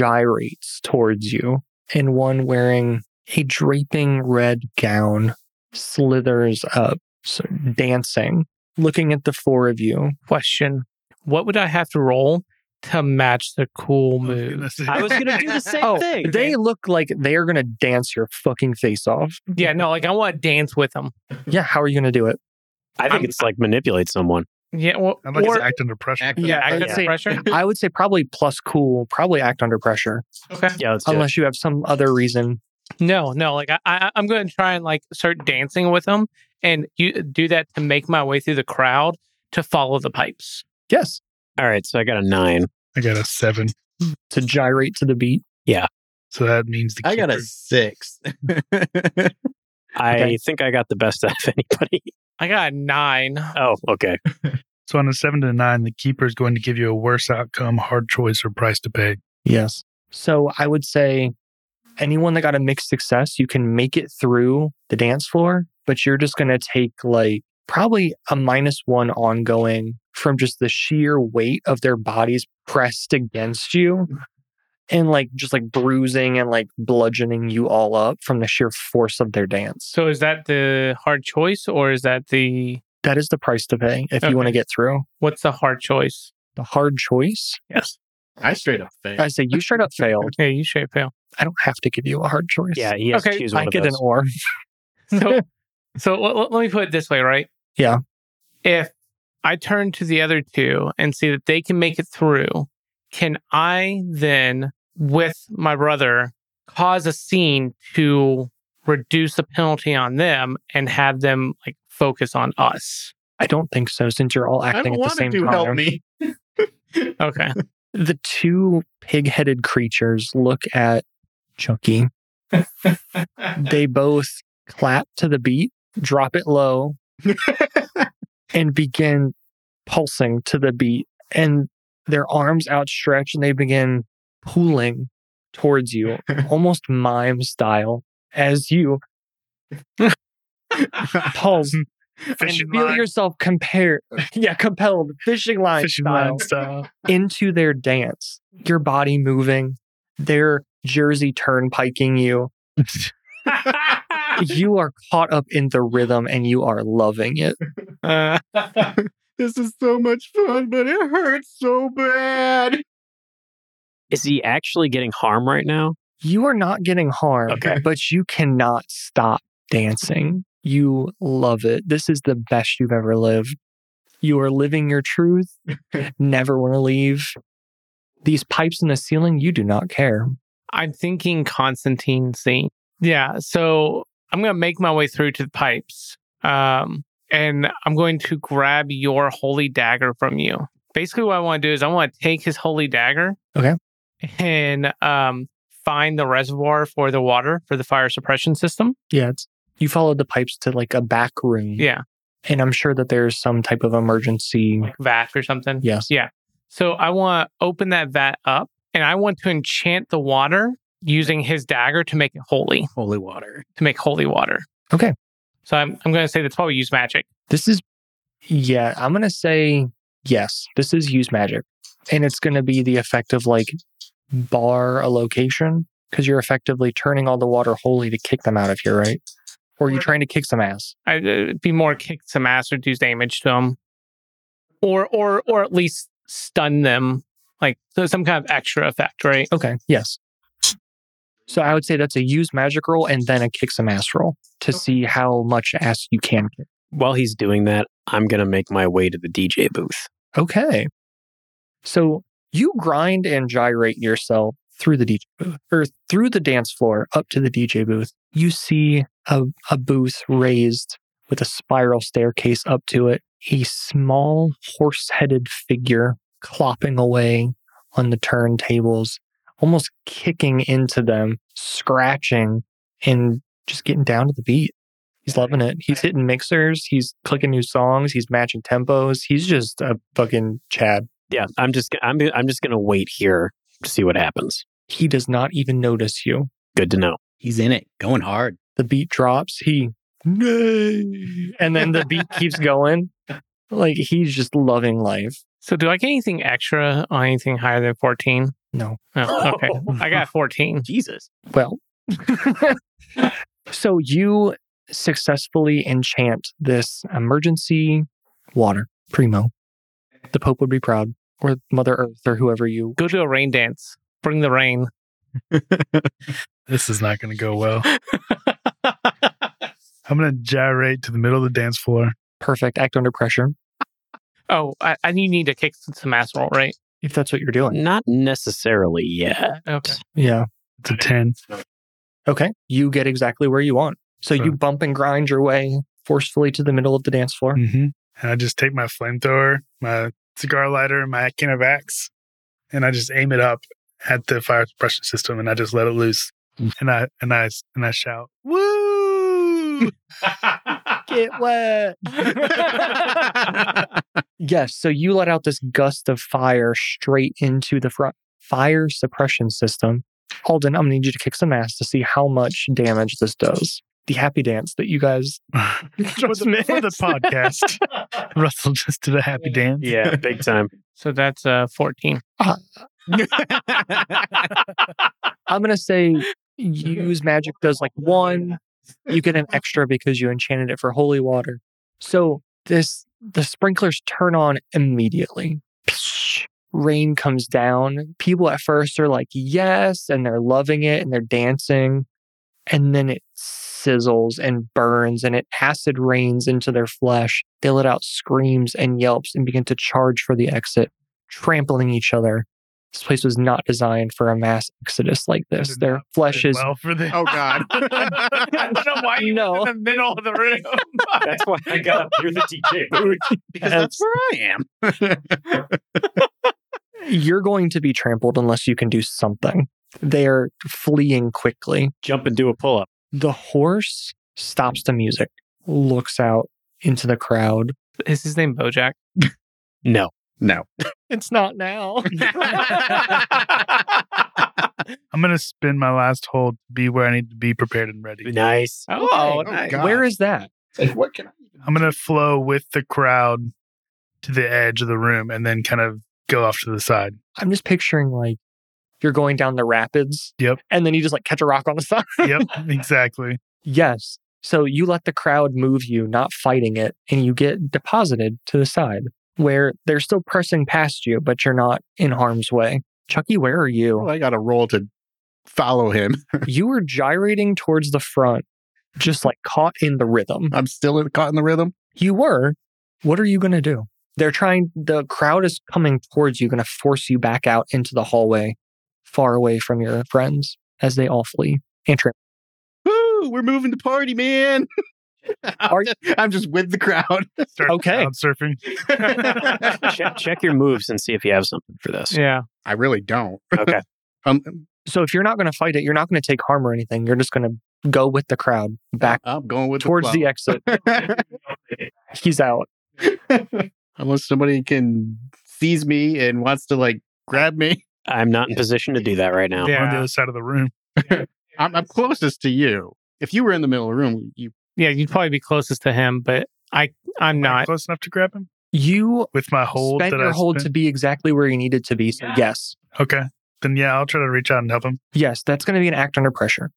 Speaker 5: gyrates towards you, and one wearing a draping red gown slithers up, so dancing, looking at the four of you.
Speaker 3: Question: What would I have to roll to match the
Speaker 4: [laughs]
Speaker 3: cool
Speaker 4: I was
Speaker 3: move?
Speaker 4: gonna say-
Speaker 2: I was going to [laughs] do the same
Speaker 5: Oh,
Speaker 2: thing.
Speaker 5: They look like they are going to dance your fucking face off.
Speaker 3: Yeah, no, like I want to dance with them.
Speaker 5: Yeah, how are you going to
Speaker 2: [laughs]
Speaker 5: do it?
Speaker 2: I think it's like manipulate someone.
Speaker 3: Yeah, well,
Speaker 4: I'd like
Speaker 3: or,
Speaker 4: to act under pressure.
Speaker 7: Act-
Speaker 3: Oh, yeah, I
Speaker 5: I'd
Speaker 3: could
Speaker 5: say-
Speaker 3: pressure.
Speaker 5: I would say probably plus cool, probably act under pressure,
Speaker 3: Okay.
Speaker 2: Yeah, let's do it.
Speaker 5: unless you have some other reason.
Speaker 3: No, no, like I, I I'm going to try and like start dancing with them and you do that to make my way through the crowd to follow the pipes.
Speaker 5: Yes.
Speaker 2: All right. So I got a nine.
Speaker 4: I got a seven.
Speaker 5: to gyrate to the beat.
Speaker 4: So that means the
Speaker 7: I got a
Speaker 4: kicker-
Speaker 1: [laughs]
Speaker 7: six.
Speaker 2: I
Speaker 5: Okay.
Speaker 2: think I got the best [laughs] out of anybody.
Speaker 3: I got a nine.
Speaker 2: Oh, okay.
Speaker 4: So on a seven to nine, the keeper is going to give you a worse outcome, hard choice, or price to pay.
Speaker 5: Yes. So I would say anyone that got a mixed success, you can make it through the dance floor, but you're just going to take like probably a minus one ongoing from just the sheer weight of their bodies pressed against you and like just like bruising and like bludgeoning you all up from the sheer force of their dance.
Speaker 3: So is that the hard choice or is that the
Speaker 5: That is the price to pay if
Speaker 3: Okay.
Speaker 5: you want to get through.
Speaker 3: what's the hard choice?
Speaker 5: The hard choice.
Speaker 3: Yes.
Speaker 7: I straight up failed.
Speaker 5: I say you
Speaker 2: [laughs]
Speaker 5: straight up failed.
Speaker 3: Yeah, you straight fail.
Speaker 5: I don't have to give you a hard choice.
Speaker 2: Yeah, he has
Speaker 3: Okay,
Speaker 2: to choose one
Speaker 5: I
Speaker 2: of
Speaker 5: get
Speaker 2: those.
Speaker 5: an or.
Speaker 3: So so let, let- let me put it this way, right?
Speaker 5: Yeah.
Speaker 3: If I turn to the other two and see that they can make it through, can I then with my brother cause a scene to reduce the penalty on them and have them like focus on us?
Speaker 5: I don't think so, since you're all
Speaker 7: I don't
Speaker 5: acting at the
Speaker 7: want to
Speaker 5: same
Speaker 7: do
Speaker 5: time.
Speaker 7: help me.
Speaker 3: Okay. [laughs]
Speaker 5: The two pig-headed creatures look at
Speaker 7: [laughs]
Speaker 5: Chucky. they both clap to the beat, drop
Speaker 7: [laughs]
Speaker 5: it low, and begin pulsing to the beat. And their arms outstretched, and they begin pulling
Speaker 7: [laughs]
Speaker 5: towards you, almost mime style, as you pulse
Speaker 4: Fishing
Speaker 5: [laughs] and feel
Speaker 4: line, Uh,
Speaker 5: yourself compare, [laughs] yeah, compelled fishing line
Speaker 4: fishing
Speaker 5: style
Speaker 4: line style.
Speaker 5: into their dance, your body moving, their jersey turnpiking you. You are caught up in the rhythm and you are loving it.
Speaker 3: Uh,
Speaker 7: this is so much fun, but it hurts so bad.
Speaker 2: Is he actually getting harm right now?
Speaker 5: You are not getting harmed,
Speaker 2: Okay.
Speaker 5: but you cannot stop dancing. You love it. This is the best you've ever lived. You are living your truth,
Speaker 4: [laughs]
Speaker 5: never want to leave. These pipes in the ceiling, you do not care.
Speaker 3: I'm thinking Constantine scene. Yeah. So I'm going to make my way through to the pipes. Um, and I'm going to grab your holy dagger from you. Basically, what I want to do is I want to take his holy dagger.
Speaker 5: Okay.
Speaker 3: And um, find the reservoir for the water for the fire suppression system.
Speaker 5: Yeah, it's, you followed the pipes to like a back room.
Speaker 3: Yeah.
Speaker 5: And I'm sure that there's some type of emergency
Speaker 3: Like vac or something.
Speaker 5: Yes.
Speaker 3: Yeah. So I want to open that vat up and I want to enchant the water using his dagger to make it holy,
Speaker 7: Holy water.
Speaker 3: to make holy water.
Speaker 5: Okay.
Speaker 3: So I'm, I'm going to say that's probably use magic.
Speaker 5: This is, yeah, I'm going to say yes. This is use magic. And it's going to be the effect of like bar a location because you're effectively turning all the water holy to kick them out of here, right? Or you're trying to kick some ass.
Speaker 3: I'd uh, be more kick some ass or do damage to them, or or or at least stun them, like so some kind of extra effect, right?
Speaker 5: Okay. Yes. So I would say that's a use magic roll and then a kick some ass roll to see how much ass you can kick.
Speaker 2: While he's doing that, I'm going to make my way to the DJ booth.
Speaker 5: Okay. So you grind and gyrate yourself through the DJ booth or through the dance floor up to the DJ booth. You see a, a booth raised with a spiral staircase up to it, a small horse headed figure clopping away on the turntables, almost kicking into them, scratching, and just getting down to the beat. He's loving it. He's hitting mixers. He's clicking new songs. He's matching tempos. He's just a fucking Chad.
Speaker 2: Yeah, I'm just I'm I'm just going to wait here to see what happens.
Speaker 5: He does not even notice you.
Speaker 2: Good to know.
Speaker 7: He's in it, going hard.
Speaker 5: The beat drops. He, [laughs] "Nay," and then the beat
Speaker 3: [laughs]
Speaker 5: keeps going. Like he's just loving life.
Speaker 3: So do I get anything extra on anything higher than fourteen?
Speaker 5: No. Mm.
Speaker 3: Oh, okay, I got fourteen.
Speaker 7: Jesus.
Speaker 5: Well, so you successfully enchant this emergency water, primo. The Pope would be proud, or Mother Earth, or whoever you
Speaker 3: Go to a rain dance. Bring the rain.
Speaker 4: This is not going to go well. I'm going to gyrate to the middle of the dance floor.
Speaker 5: perfect act under pressure
Speaker 3: Oh, I, and you need to kick some ass roll, right?
Speaker 5: if that's what you're doing.
Speaker 2: Not necessarily yet.
Speaker 3: Okay.
Speaker 5: Yeah.
Speaker 4: It's a 10.
Speaker 5: Okay. You get exactly where you want. So you
Speaker 4: Sure.
Speaker 5: bump and grind your way forcefully to the middle of the dance floor.
Speaker 4: Mm-hmm. And I just take my flamethrower, my cigar lighter, and my can of axe, and I just aim it up at the fire suppression system, and I just let it loose,
Speaker 5: Mm.
Speaker 4: and I and I and I shout, [laughs] "Woo!"
Speaker 5: Get wet. [laughs] yes. So you let out this gust of fire straight into the front fire suppression system. Alden, I'm gonna need you to kick some ass to see how much damage this does. The happy dance that you guys
Speaker 4: for, the, for the podcast,
Speaker 5: [laughs]
Speaker 4: Russell just did a happy dance.
Speaker 2: Yeah, big time.
Speaker 3: So that's uh, 14.
Speaker 5: I'm gonna say use magic does like one. You get an extra because you enchanted it for holy water. So this the sprinklers turn on immediately. Psh, Rain comes down. People at first are like, yes, and they're loving it and they're dancing. And then it sizzles and burns and it acid rains into their flesh. They let out screams and yelps and begin to charge for the exit, trampling each other. This place was not designed for a mass exodus like this.
Speaker 4: Did
Speaker 5: Their
Speaker 4: not
Speaker 5: flesh is
Speaker 4: well [laughs] for the
Speaker 1: Oh God.
Speaker 4: I don't know why you
Speaker 5: No.
Speaker 4: went in the middle of the room.
Speaker 5: [laughs]
Speaker 2: That's why I got up. You're the DJ. booth.
Speaker 1: because that's where I am.
Speaker 5: you're going to be trampled unless you can do something. They're fleeing quickly.
Speaker 2: Jump and do a pull up.
Speaker 5: The horse stops the music, looks out into the crowd.
Speaker 3: Is his name Bojack?
Speaker 2: No.
Speaker 1: no.
Speaker 5: It's not now.
Speaker 4: I'm gonna spin my last hold to be where I need to be prepared and ready.
Speaker 2: Nice.
Speaker 1: Oh, God.
Speaker 5: Where is that?
Speaker 1: Like, what can I?
Speaker 4: I'm gonna flow with the crowd to the edge of the room and then kind of go off to the side.
Speaker 5: [laughs] I'm just picturing like you're going down the rapids.
Speaker 4: Yep.
Speaker 5: And then you just like catch a rock on the [laughs] side.
Speaker 4: Yep, exactly.
Speaker 5: Yes. So you let the crowd move you, not fighting it, and you get deposited to the side where they're still pressing past you, but you're not in harm's way. Chucky, where are you?
Speaker 1: Well, I got a roll to follow him. [laughs]
Speaker 5: you were gyrating towards the front, just like caught in the rhythm.
Speaker 1: I'm still in, caught in the rhythm.
Speaker 5: You were. What are you going to do? They're trying, the crowd is coming towards you, going to force you back out into the hallway, far away from your friends as they all flee. Antrim,
Speaker 1: Woo! We're moving to party, man. [laughs] I'm,
Speaker 5: Are-
Speaker 1: just, [laughs] I'm just with the crowd. [laughs]
Speaker 4: Start
Speaker 5: Okay.
Speaker 4: crowd surfing.
Speaker 2: Check, check your moves and see if you have something for this.
Speaker 3: Yeah.
Speaker 1: I really don't.
Speaker 2: Okay.
Speaker 1: [laughs] I'm,
Speaker 5: so if you're not going to fight it, you're not going to take harm or anything. You're just going to go with the crowd back
Speaker 1: I'm going with
Speaker 5: towards the
Speaker 1: the,
Speaker 5: exit.
Speaker 1: the
Speaker 5: He's out.
Speaker 1: [laughs] unless somebody can seize me and wants to like grab me.
Speaker 2: I'm not in position to do that right now.
Speaker 4: On the
Speaker 3: Yeah.
Speaker 4: other side of the room.
Speaker 1: I'm, I'm closest to you. If you were in the middle of the room, you
Speaker 3: Yeah, you'd probably be closest to him, but I I'm
Speaker 4: Am I
Speaker 3: not.
Speaker 4: close enough to grab him
Speaker 5: You
Speaker 4: with my hold
Speaker 5: spent
Speaker 4: that
Speaker 5: your
Speaker 4: I
Speaker 5: hold to
Speaker 4: spent?
Speaker 5: be exactly where you needed to be. So, yes.
Speaker 4: Okay. Then yeah, I'll try to reach out and help him.
Speaker 5: Yes, that's going to be an act under pressure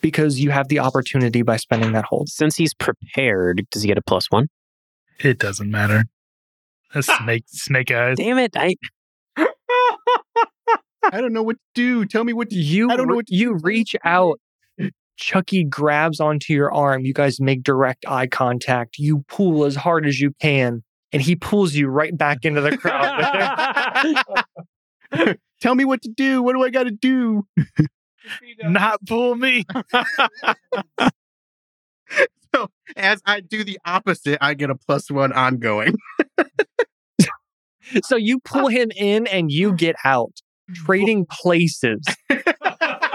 Speaker 5: because you have the opportunity by spending that hold.
Speaker 2: Since he's prepared, does he get a plus one?
Speaker 4: It doesn't matter. A
Speaker 5: [laughs]
Speaker 4: snake snake eyes.
Speaker 2: Damn it. I
Speaker 1: I don't know what to do. Tell me what to
Speaker 5: You
Speaker 1: I don't know
Speaker 5: re-
Speaker 1: what to
Speaker 5: you reach out. Chucky grabs onto your arm. You guys make direct eye contact. You pull as hard as you can, and he pulls you right back into the
Speaker 1: [laughs]
Speaker 5: [laughs] crowd. [laughs]
Speaker 3: [laughs]
Speaker 1: tell me what to do. What do I got to do?
Speaker 4: Not pull me.
Speaker 1: As I do the opposite, I get a plus one ongoing.
Speaker 5: so you pull him in, and you get out, [laughs] trading places.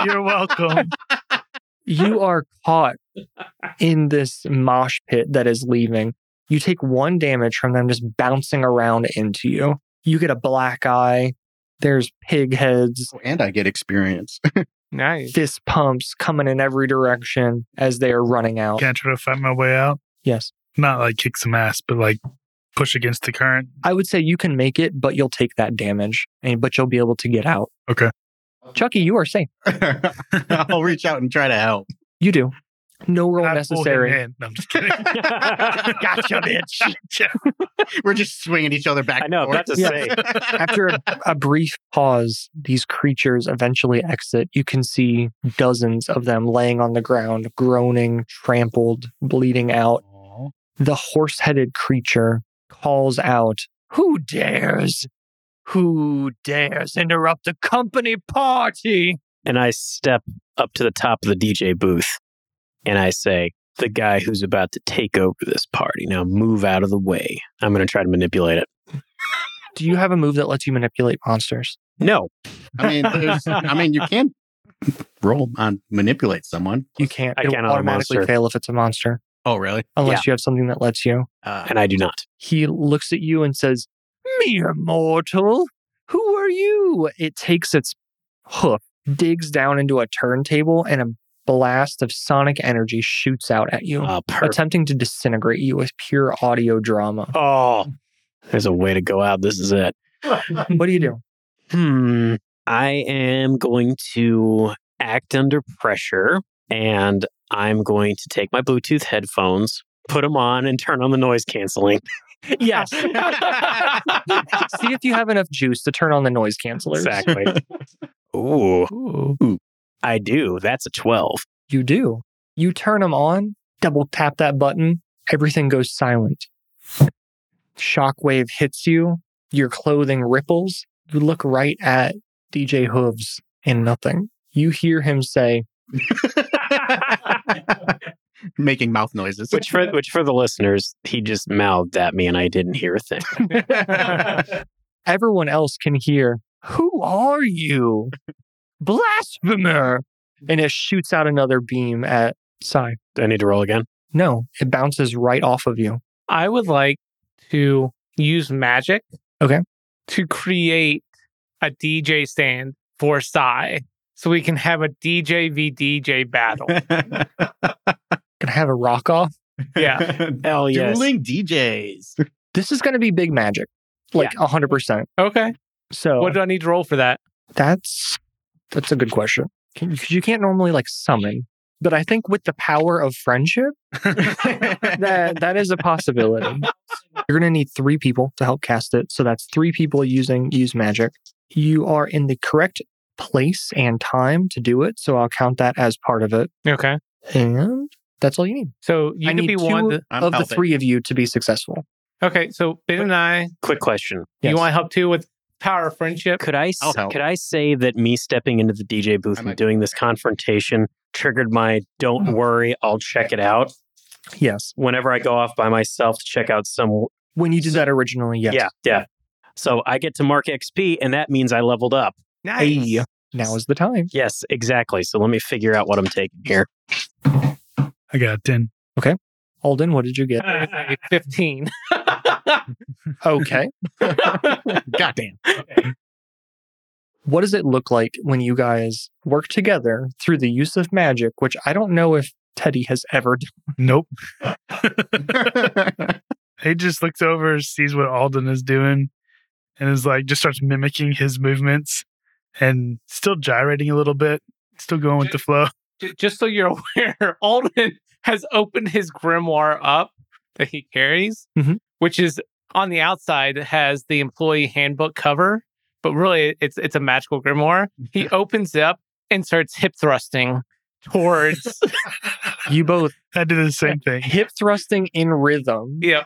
Speaker 4: You're welcome.
Speaker 5: You are caught in this mosh pit that is leaving. You take one damage from them just bouncing around into you. You get a black eye. There's pig heads.
Speaker 1: [laughs] Oh, and I get [laughs] experience.
Speaker 3: Nice.
Speaker 5: fist pumps coming in every direction as they are running out.
Speaker 4: Can I try to fight my way out?
Speaker 5: Yes.
Speaker 4: Not like kick some ass, but like push against the current.
Speaker 5: I would say you can make it, but you'll take that damage, and but you'll be able to get out.
Speaker 4: Okay.
Speaker 5: Chucky, you are safe.
Speaker 1: I'll reach out and try to help.
Speaker 5: You do. No roll
Speaker 4: Not pull him
Speaker 5: necessary.
Speaker 4: in. No, I'm just kidding. [laughs]
Speaker 5: Gotcha, bitch.
Speaker 4: Gotcha.
Speaker 1: We're just swinging each other back.
Speaker 2: I know,
Speaker 1: and
Speaker 2: about to
Speaker 1: forth.
Speaker 2: say.
Speaker 5: [laughs] After a, a brief pause, these creatures eventually exit. You can see dozens of them laying on the ground, groaning, trampled, bleeding out.
Speaker 4: Aw.
Speaker 5: the horse headed creature calls out, Who dares? Who dares interrupt the company party?
Speaker 2: [laughs] and I step up to the top of the DJ booth and I say, the guy who's about to take over this party. Now move out of the way. I'm going to try to manipulate it.
Speaker 5: Do you have a move that lets you manipulate monsters?
Speaker 2: No.
Speaker 1: I mean, there's, I mean, you can roll on manipulate someone.
Speaker 5: You can't.
Speaker 2: I
Speaker 5: It
Speaker 2: can't on
Speaker 5: will
Speaker 2: a
Speaker 5: automatically
Speaker 2: monster.
Speaker 5: fail if it's a monster,
Speaker 1: Oh, really?
Speaker 5: unless you have something that lets you.
Speaker 1: Uh,
Speaker 2: and I do not.
Speaker 5: He looks at you and says, Mere mortal, who are you? It takes its hoof, digs down into a turntable, and a blast of sonic energy shoots out at you,
Speaker 2: Uh, perfect.
Speaker 5: attempting to disintegrate you with pure audio drama.
Speaker 2: Oh, there's a way to go out. This is it.
Speaker 5: [laughs] What do you do?
Speaker 2: Hmm. I am going to act under pressure and I'm going to take my Bluetooth headphones, put them on, and turn on the noise canceling.
Speaker 5: [laughs] Yes. See if you have enough juice to turn on the noise cancelers.
Speaker 2: exactly. Ooh,
Speaker 3: Ooh.
Speaker 2: I do. That's a 12.
Speaker 5: You do. You turn them on, double tap that button, everything goes silent. Shockwave hits you, your clothing ripples. You look right at DJ Hooves and nothing. You hear him say,
Speaker 1: [laughs] Making mouth noises. [laughs]
Speaker 2: Which for which for the listeners, he just mouthed at me and I didn't hear a thing.
Speaker 5: everyone else can hear, Who are you? Blasphemer! And it shoots out another beam at Psy.
Speaker 2: [laughs] Do I need to roll again?
Speaker 5: No, it bounces right off of you.
Speaker 3: [laughs] I would like to use magic.
Speaker 5: Okay.
Speaker 3: To create a DJ stand for Psy so we can have a DJ v DJ battle.
Speaker 5: Gonna have a rock off.
Speaker 3: yeah.
Speaker 2: Hell
Speaker 1: Dueling DJs.
Speaker 5: This is gonna be big magic, like a 100%.
Speaker 3: [laughs] Okay.
Speaker 5: So
Speaker 3: What do I need to roll for that?
Speaker 5: That's that's a good question. Can, 'cause you can't normally like summon, but I think with the power of friendship, that that is a possibility. [laughs] You're gonna need three people to help cast it, so that's three people using use magic. You are in the correct place and time to do it, so I'll count that as part of it,
Speaker 3: Okay.
Speaker 5: and that's all you need.
Speaker 3: So you
Speaker 5: I
Speaker 3: can
Speaker 5: need
Speaker 3: be
Speaker 5: two
Speaker 3: one. That,
Speaker 1: I'm
Speaker 5: of the
Speaker 1: helping.
Speaker 5: three of you to be successful.
Speaker 3: okay. So Ben and I,
Speaker 2: Quick question.
Speaker 5: Yes.
Speaker 3: you want to help too with power of friendship?
Speaker 2: Could I s-
Speaker 1: I'll help.
Speaker 2: could I say that me stepping into the DJ booth
Speaker 1: I
Speaker 2: and
Speaker 1: might-
Speaker 2: doing this confrontation triggered my "Don't worry, I'll check it out"
Speaker 5: yes.
Speaker 2: whenever I go off by myself to check out some.
Speaker 5: When you did that originally, yes.
Speaker 2: Yeah, yeah. So I get to mark XP, and that means I leveled up.
Speaker 5: Hey, now is the time.
Speaker 2: Yes, exactly. So let me figure out what I'm taking here.
Speaker 4: I got a 10.
Speaker 5: Alden, what did you get?
Speaker 3: [laughs] Uh,
Speaker 5: [laughs]
Speaker 3: Fifteen.
Speaker 5: Okay.
Speaker 1: Goddamn.
Speaker 5: what does it look like when you guys work together through the use of magic, which I don't know if Teddy has ever done.
Speaker 4: Nope. He just looks over, sees what Alden is doing, and is like, just starts mimicking his movements and still gyrating a little bit, still going with the flow. [laughs]
Speaker 3: J- just so you're aware, [laughs] Alden has opened his grimoire up that he carries,
Speaker 5: Mhm.
Speaker 3: which is on the outside has the employee handbook cover, but really it's it's a magical grimoire. He opens it up and starts hip thrusting
Speaker 5: [laughs]
Speaker 3: towards.
Speaker 5: You both
Speaker 4: I did the same thing.
Speaker 5: hip thrusting in rhythm.
Speaker 3: yeah,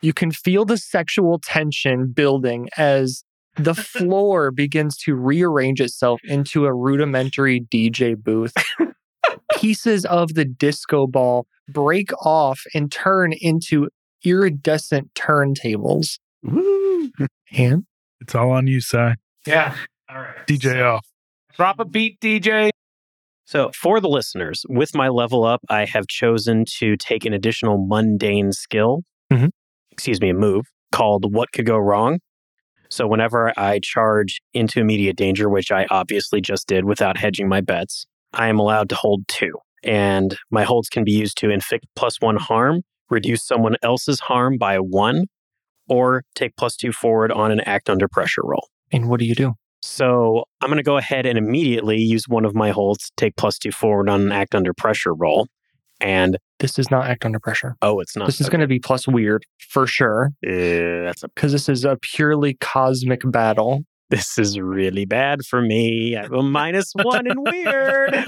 Speaker 5: You can feel the sexual tension building as the floor begins to rearrange itself into a rudimentary DJ booth. Pieces of the disco ball break off and turn into iridescent turntables.
Speaker 1: Woo.
Speaker 5: And
Speaker 4: It's all on you, Si.
Speaker 3: yeah.
Speaker 6: All right.
Speaker 4: DJ off.
Speaker 3: Drop a beat, DJ.
Speaker 2: So for the listeners, with my level up, I have chosen to take an additional mundane skill.
Speaker 5: Mhm.
Speaker 2: Excuse me, a move called "What Could Go Wrong." So whenever I charge into immediate danger, which I obviously just did without hedging my bets, I am allowed to hold two, and my holds can be used to inflict plus one harm, reduce someone else's harm by one, or take plus two forward on an act under pressure roll.
Speaker 5: and what do you do?
Speaker 2: So I'm going to go ahead and immediately use one of my holds to take plus two forward on an act under pressure roll. And
Speaker 5: This does not act under pressure.
Speaker 2: oh, it's not.
Speaker 5: This is going to be plus weird for sure
Speaker 2: Uh, that's a,
Speaker 5: because this is a purely cosmic battle.
Speaker 2: this is really bad for me. I have a minus one and weird.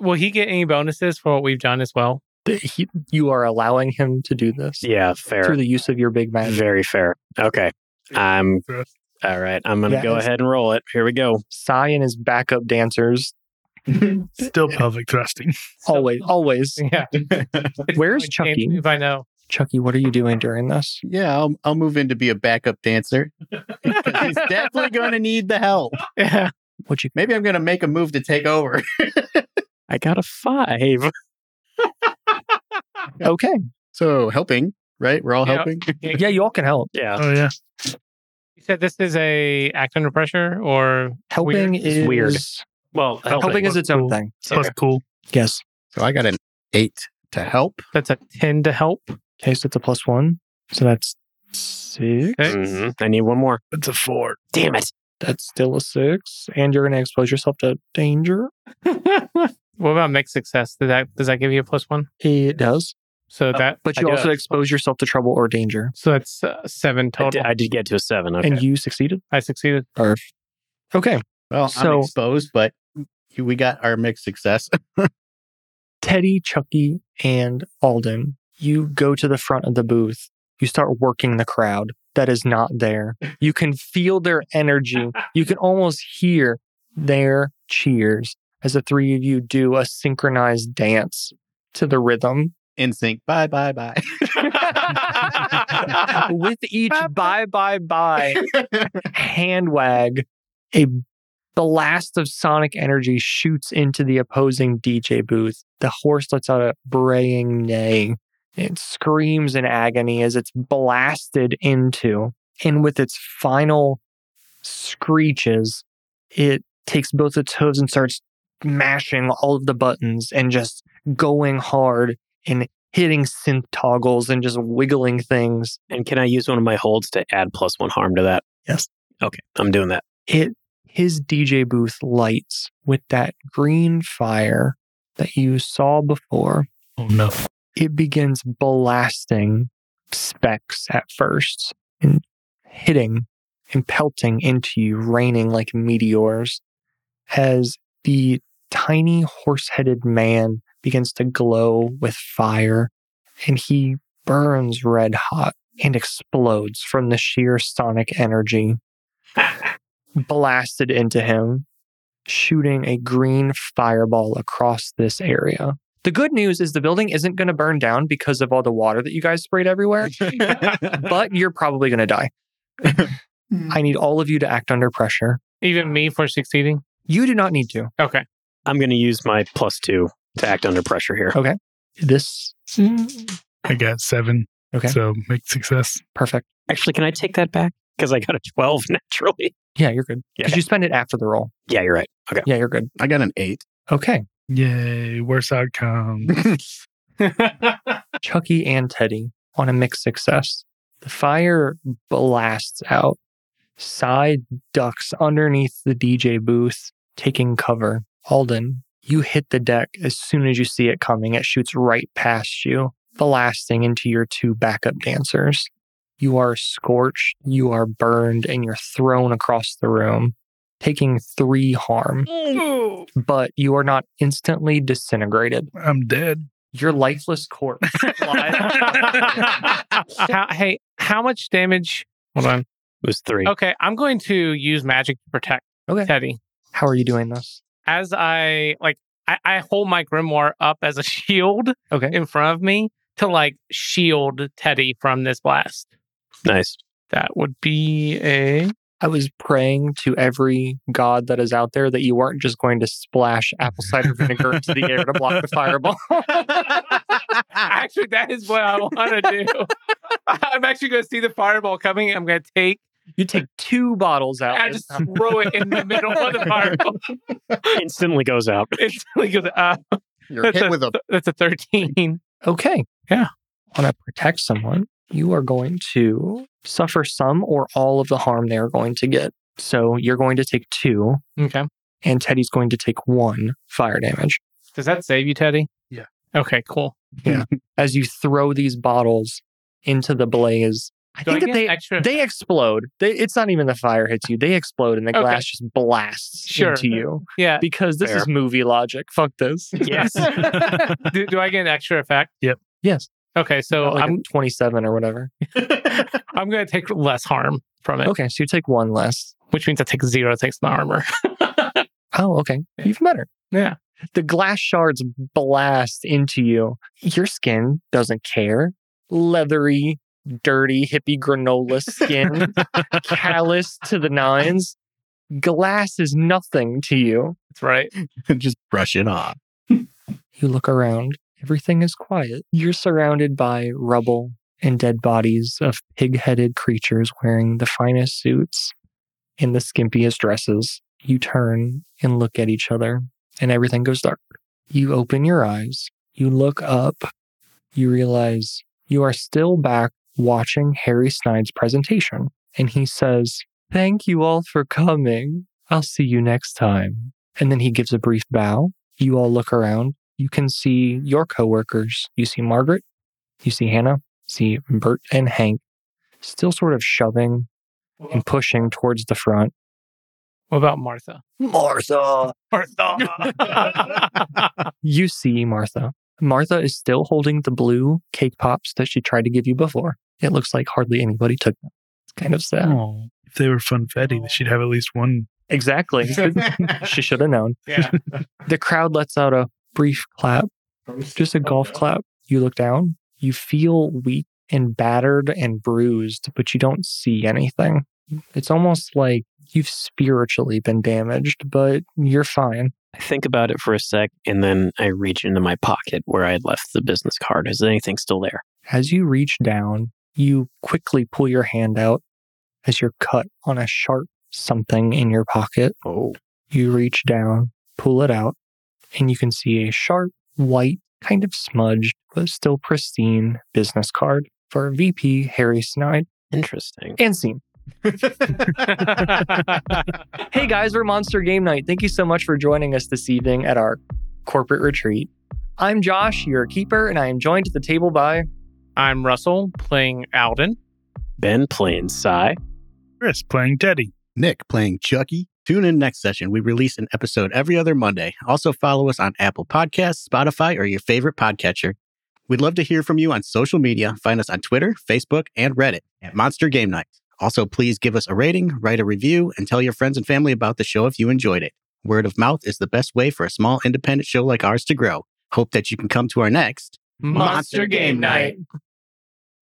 Speaker 3: Will he get any bonuses for what we've done as well?
Speaker 5: Th- he- you are allowing him to do this
Speaker 2: Yeah,
Speaker 5: through
Speaker 2: fair.
Speaker 5: the use of your big magic.
Speaker 2: Very fair. Okay. I'm all right. I'm going to
Speaker 5: That
Speaker 2: go
Speaker 5: is-
Speaker 2: ahead and roll it. Here we go.
Speaker 5: Sai and his backup dancers
Speaker 4: Still pelvic thrusting.
Speaker 5: always, always.
Speaker 2: [laughs]
Speaker 3: Yeah.
Speaker 5: [laughs] Where's
Speaker 3: It's like James
Speaker 5: Chucky? [laughs]
Speaker 3: If I know.
Speaker 5: Chucky, what are you doing during this?
Speaker 1: Yeah, I'll, I'll move in to be a backup dancer. Because he's definitely going to need the help.
Speaker 3: [laughs] Yeah.
Speaker 5: What you
Speaker 1: Maybe I'm going to make a move to take over. [laughs]
Speaker 2: I got a five.
Speaker 5: okay?
Speaker 1: So helping, right? We're all
Speaker 3: Yep.
Speaker 1: helping.
Speaker 5: Yeah, you all can help.
Speaker 2: [laughs] Yeah.
Speaker 4: Oh yeah.
Speaker 3: You said this is a act under pressure or
Speaker 5: Helping is
Speaker 2: weird. Well,
Speaker 5: Helping,
Speaker 2: helping,
Speaker 5: is its own
Speaker 4: Cool.
Speaker 5: thing.
Speaker 4: Plus cool.
Speaker 5: Yes.
Speaker 1: So I got an eight to help.
Speaker 3: that's a 10 to help.
Speaker 5: Okay, so it's a plus one. So that's six.
Speaker 3: Okay.
Speaker 2: Mhm. I need one more.
Speaker 4: It's a four.
Speaker 2: Damn it.
Speaker 5: That's still a six. And you're going to expose yourself to danger. Mm-hmm.
Speaker 3: [laughs] What about mixed success? Does that does that give you a plus one?
Speaker 5: It does.
Speaker 3: So that
Speaker 5: Uh, But
Speaker 2: I
Speaker 5: you
Speaker 2: do
Speaker 5: also
Speaker 2: have-
Speaker 5: expose yourself to trouble or danger.
Speaker 3: so that's uh, seven
Speaker 2: I
Speaker 3: total.
Speaker 2: did,
Speaker 3: I,
Speaker 2: I did get to a seven. Okay.
Speaker 5: And you succeeded.
Speaker 3: succeeded.
Speaker 5: Okay.
Speaker 1: Well, I'm
Speaker 5: So-
Speaker 1: exposed, but we got our mixed success. [laughs]
Speaker 5: Teddy, Chucky, and Alden, you go to the front of the booth. You start working the crowd that is not there. You can feel their energy. You can almost hear their cheers as the three of you do a synchronized dance to the rhythm.
Speaker 1: In sync. Bye, bye,
Speaker 3: [laughs]
Speaker 1: bye. [laughs]
Speaker 5: With each bye, bye, bye hand wag, a blast of sonic energy shoots into the opposing DJ booth. The horse lets out a braying neigh. It screams in agony as it's blasted into. And with its final screeches, it takes both its hooves and starts mashing all of the buttons and just going hard and hitting synth toggles and just wiggling things.
Speaker 2: And can I use one of my holds to add plus one harm to that?
Speaker 5: Yes.
Speaker 2: Okay. I'm doing that.
Speaker 5: it his DJ booth lights with that green fire that you saw before.
Speaker 4: Oh no.
Speaker 5: It begins blasting specks at first and hitting and pelting into you, raining like meteors as the tiny horse headed man begins to glow with fire and he burns red hot and explodes from the sheer sonic energy blasted into him, shooting a green fireball across this area. The good news is the building isn't going to burn down because of all the water that you guys sprayed everywhere, but you're probably going to die. I need all of you to act under pressure.
Speaker 3: Even me for succeeding.
Speaker 5: You do not need to.
Speaker 3: Okay.
Speaker 2: I'm going to use my plus two to act under pressure here.
Speaker 5: This
Speaker 4: I got seven.
Speaker 5: Okay.
Speaker 4: So make success.
Speaker 5: perfect.
Speaker 2: Actually, can I take that back? Because I got a 12 [laughs] naturally.
Speaker 5: Yeah, you're good.
Speaker 2: Yeah.
Speaker 5: Because you spend it after the roll.
Speaker 2: Yeah, you're right. Okay.
Speaker 5: Yeah, you're good.
Speaker 1: I got an eight.
Speaker 5: Okay.
Speaker 4: Yay. Worse outcome.
Speaker 5: Chucky and Teddy on a mixed success. The fire blasts out. Side ducks underneath the DJ booth, taking cover. Alden, you hit the deck as soon as you see it coming. It shoots right past you, blasting into your two backup dancers. You are scorched, you are burned, and you're thrown across the room, taking three harm, but you are not instantly disintegrated.
Speaker 4: I'm dead.
Speaker 5: Your lifeless corpse
Speaker 3: how, hey, how much damage? Hold on.
Speaker 2: It was three.
Speaker 3: Okay, I'm going to use magic to protect
Speaker 5: Okay.
Speaker 3: Teddy.
Speaker 5: How are you doing this?
Speaker 3: As I like, I, I hold my grimoire up as a [laughs] shield
Speaker 5: Okay.
Speaker 3: in front of me to like shield Teddy from this blast.
Speaker 2: Nice.
Speaker 3: That would be a
Speaker 5: I was praying to every god that is out there that you weren't just going to splash apple cider vinegar into the air to block the fireball. [laughs]
Speaker 3: Actually, that is what I want to do. I'm actually going to see the fireball coming. I'm going to take
Speaker 5: You take two bottles out.
Speaker 3: and I just throw it
Speaker 1: [laughs]
Speaker 3: in the middle of the fireball. [laughs]
Speaker 2: Instantly goes out.
Speaker 3: It's like, uh,
Speaker 1: You're
Speaker 3: that's,
Speaker 1: hit
Speaker 3: a, [laughs]
Speaker 1: with a [laughs]
Speaker 3: that's a 13.
Speaker 5: [laughs] okay.
Speaker 3: Yeah.
Speaker 5: Want to protect someone? You are going to suffer some or all of the harm they are going to get. So you're going to take two,
Speaker 3: Okay.
Speaker 5: and Teddy's going to take one fire damage.
Speaker 3: Does that save you, Teddy?
Speaker 4: Yeah.
Speaker 3: Okay, cool.
Speaker 5: As you throw these bottles into the blaze, I
Speaker 3: Do I
Speaker 5: think that
Speaker 3: get
Speaker 5: they
Speaker 3: extra [laughs]
Speaker 5: they explode. They, it's not even the fire hits you. They explode and the
Speaker 3: Okay.
Speaker 5: glass just blasts
Speaker 3: Sure.
Speaker 5: into
Speaker 3: [laughs]
Speaker 5: you
Speaker 3: Yeah.
Speaker 5: because this
Speaker 2: Fair.
Speaker 5: is movie logic. Fuck this.
Speaker 2: Yes.
Speaker 3: [laughs] do, do I get an extra effect?
Speaker 5: Yes.
Speaker 3: Okay, so
Speaker 5: Like a
Speaker 3: I'm
Speaker 5: 27 or whatever.
Speaker 3: I'm going to take less harm from it,
Speaker 5: Okay. So you take one less.
Speaker 3: which means I take zero takes the [laughs] armor.
Speaker 5: Oh, okay.
Speaker 3: Yeah.
Speaker 5: Even better.
Speaker 3: Yeah.
Speaker 5: The glass shards blast into you. Your skin doesn't care. leathery, dirty, hippie granola skin,
Speaker 3: [laughs]
Speaker 5: callous to the nines. Glass is nothing to you.
Speaker 3: That's right.
Speaker 1: Just brush it off.
Speaker 5: You look around, everything is quiet. You're surrounded by rubble and dead bodies of pig headed creatures wearing the finest suits and the skimpiest dresses. You turn and look at each other, and everything goes dark. You open your eyes, you look up, you realize you are still back watching Harry Snide's presentation. And he says, Thank you all for coming. I'll see you next time. And then he gives a brief bow. You all look around you can see your coworkers. You see Margaret, you see Hannah, see Bert and Hank still sort of shoving and pushing towards the front.
Speaker 3: What about Martha?
Speaker 5: Martha.
Speaker 3: [laughs]
Speaker 1: [laughs]
Speaker 3: Martha.
Speaker 5: You see Martha. Martha is still holding the blue cake pops that she tried to give you before. It looks like hardly anybody took them. It's kind of sad.
Speaker 4: Oh, if they were funfetti, she'd have at least one.
Speaker 3: [laughs]
Speaker 5: Exactly.
Speaker 1: [laughs]
Speaker 5: she should have known.
Speaker 6: Yeah.
Speaker 5: The crowd lets out a brief clap, just a golf clap. You look down, you feel weak and battered and bruised, but you don't see anything. It's almost like you've spiritually been damaged, but you're fine.
Speaker 2: I think about it for a sec and then I reach into my pocket where I had left the business card. Is anything still there?
Speaker 5: As you reach down, you quickly pull your hand out as you're cut on a sharp something in your pocket.
Speaker 2: Oh.
Speaker 5: You reach down, pull it out, and you can see a sharp, white, kind of smudged, but still pristine business card for VP Harry Snide
Speaker 2: Interesting.
Speaker 5: and scene. Hey guys, we're Monster Game Night. Thank you so much for joining us this evening at our corporate retreat. I'm Josh, your keeper, and I am joined at the table by
Speaker 3: I'm Russell playing Alden.
Speaker 2: Ben playing Psy.
Speaker 4: Chris playing Teddy.
Speaker 1: Nick playing Chucky. Tune in next session. We release an episode every other Monday. Also, follow us on Apple Podcasts, Spotify, or your favorite podcatcher. We'd love to hear from you on social media. Find us on Twitter, Facebook, and Reddit at Monster Game Night. Also, please give us a rating, write a review, and tell your friends and family about the show if you enjoyed it. Word of mouth is the best way for a small independent show like ours to grow. Hope that you can come to our next
Speaker 3: Monster Game Night.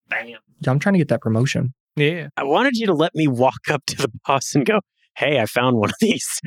Speaker 6: Bam.
Speaker 5: I'm trying to get that promotion.
Speaker 3: Yeah.
Speaker 2: I wanted you to let me walk up to the boss and go, Hey, I found one of these.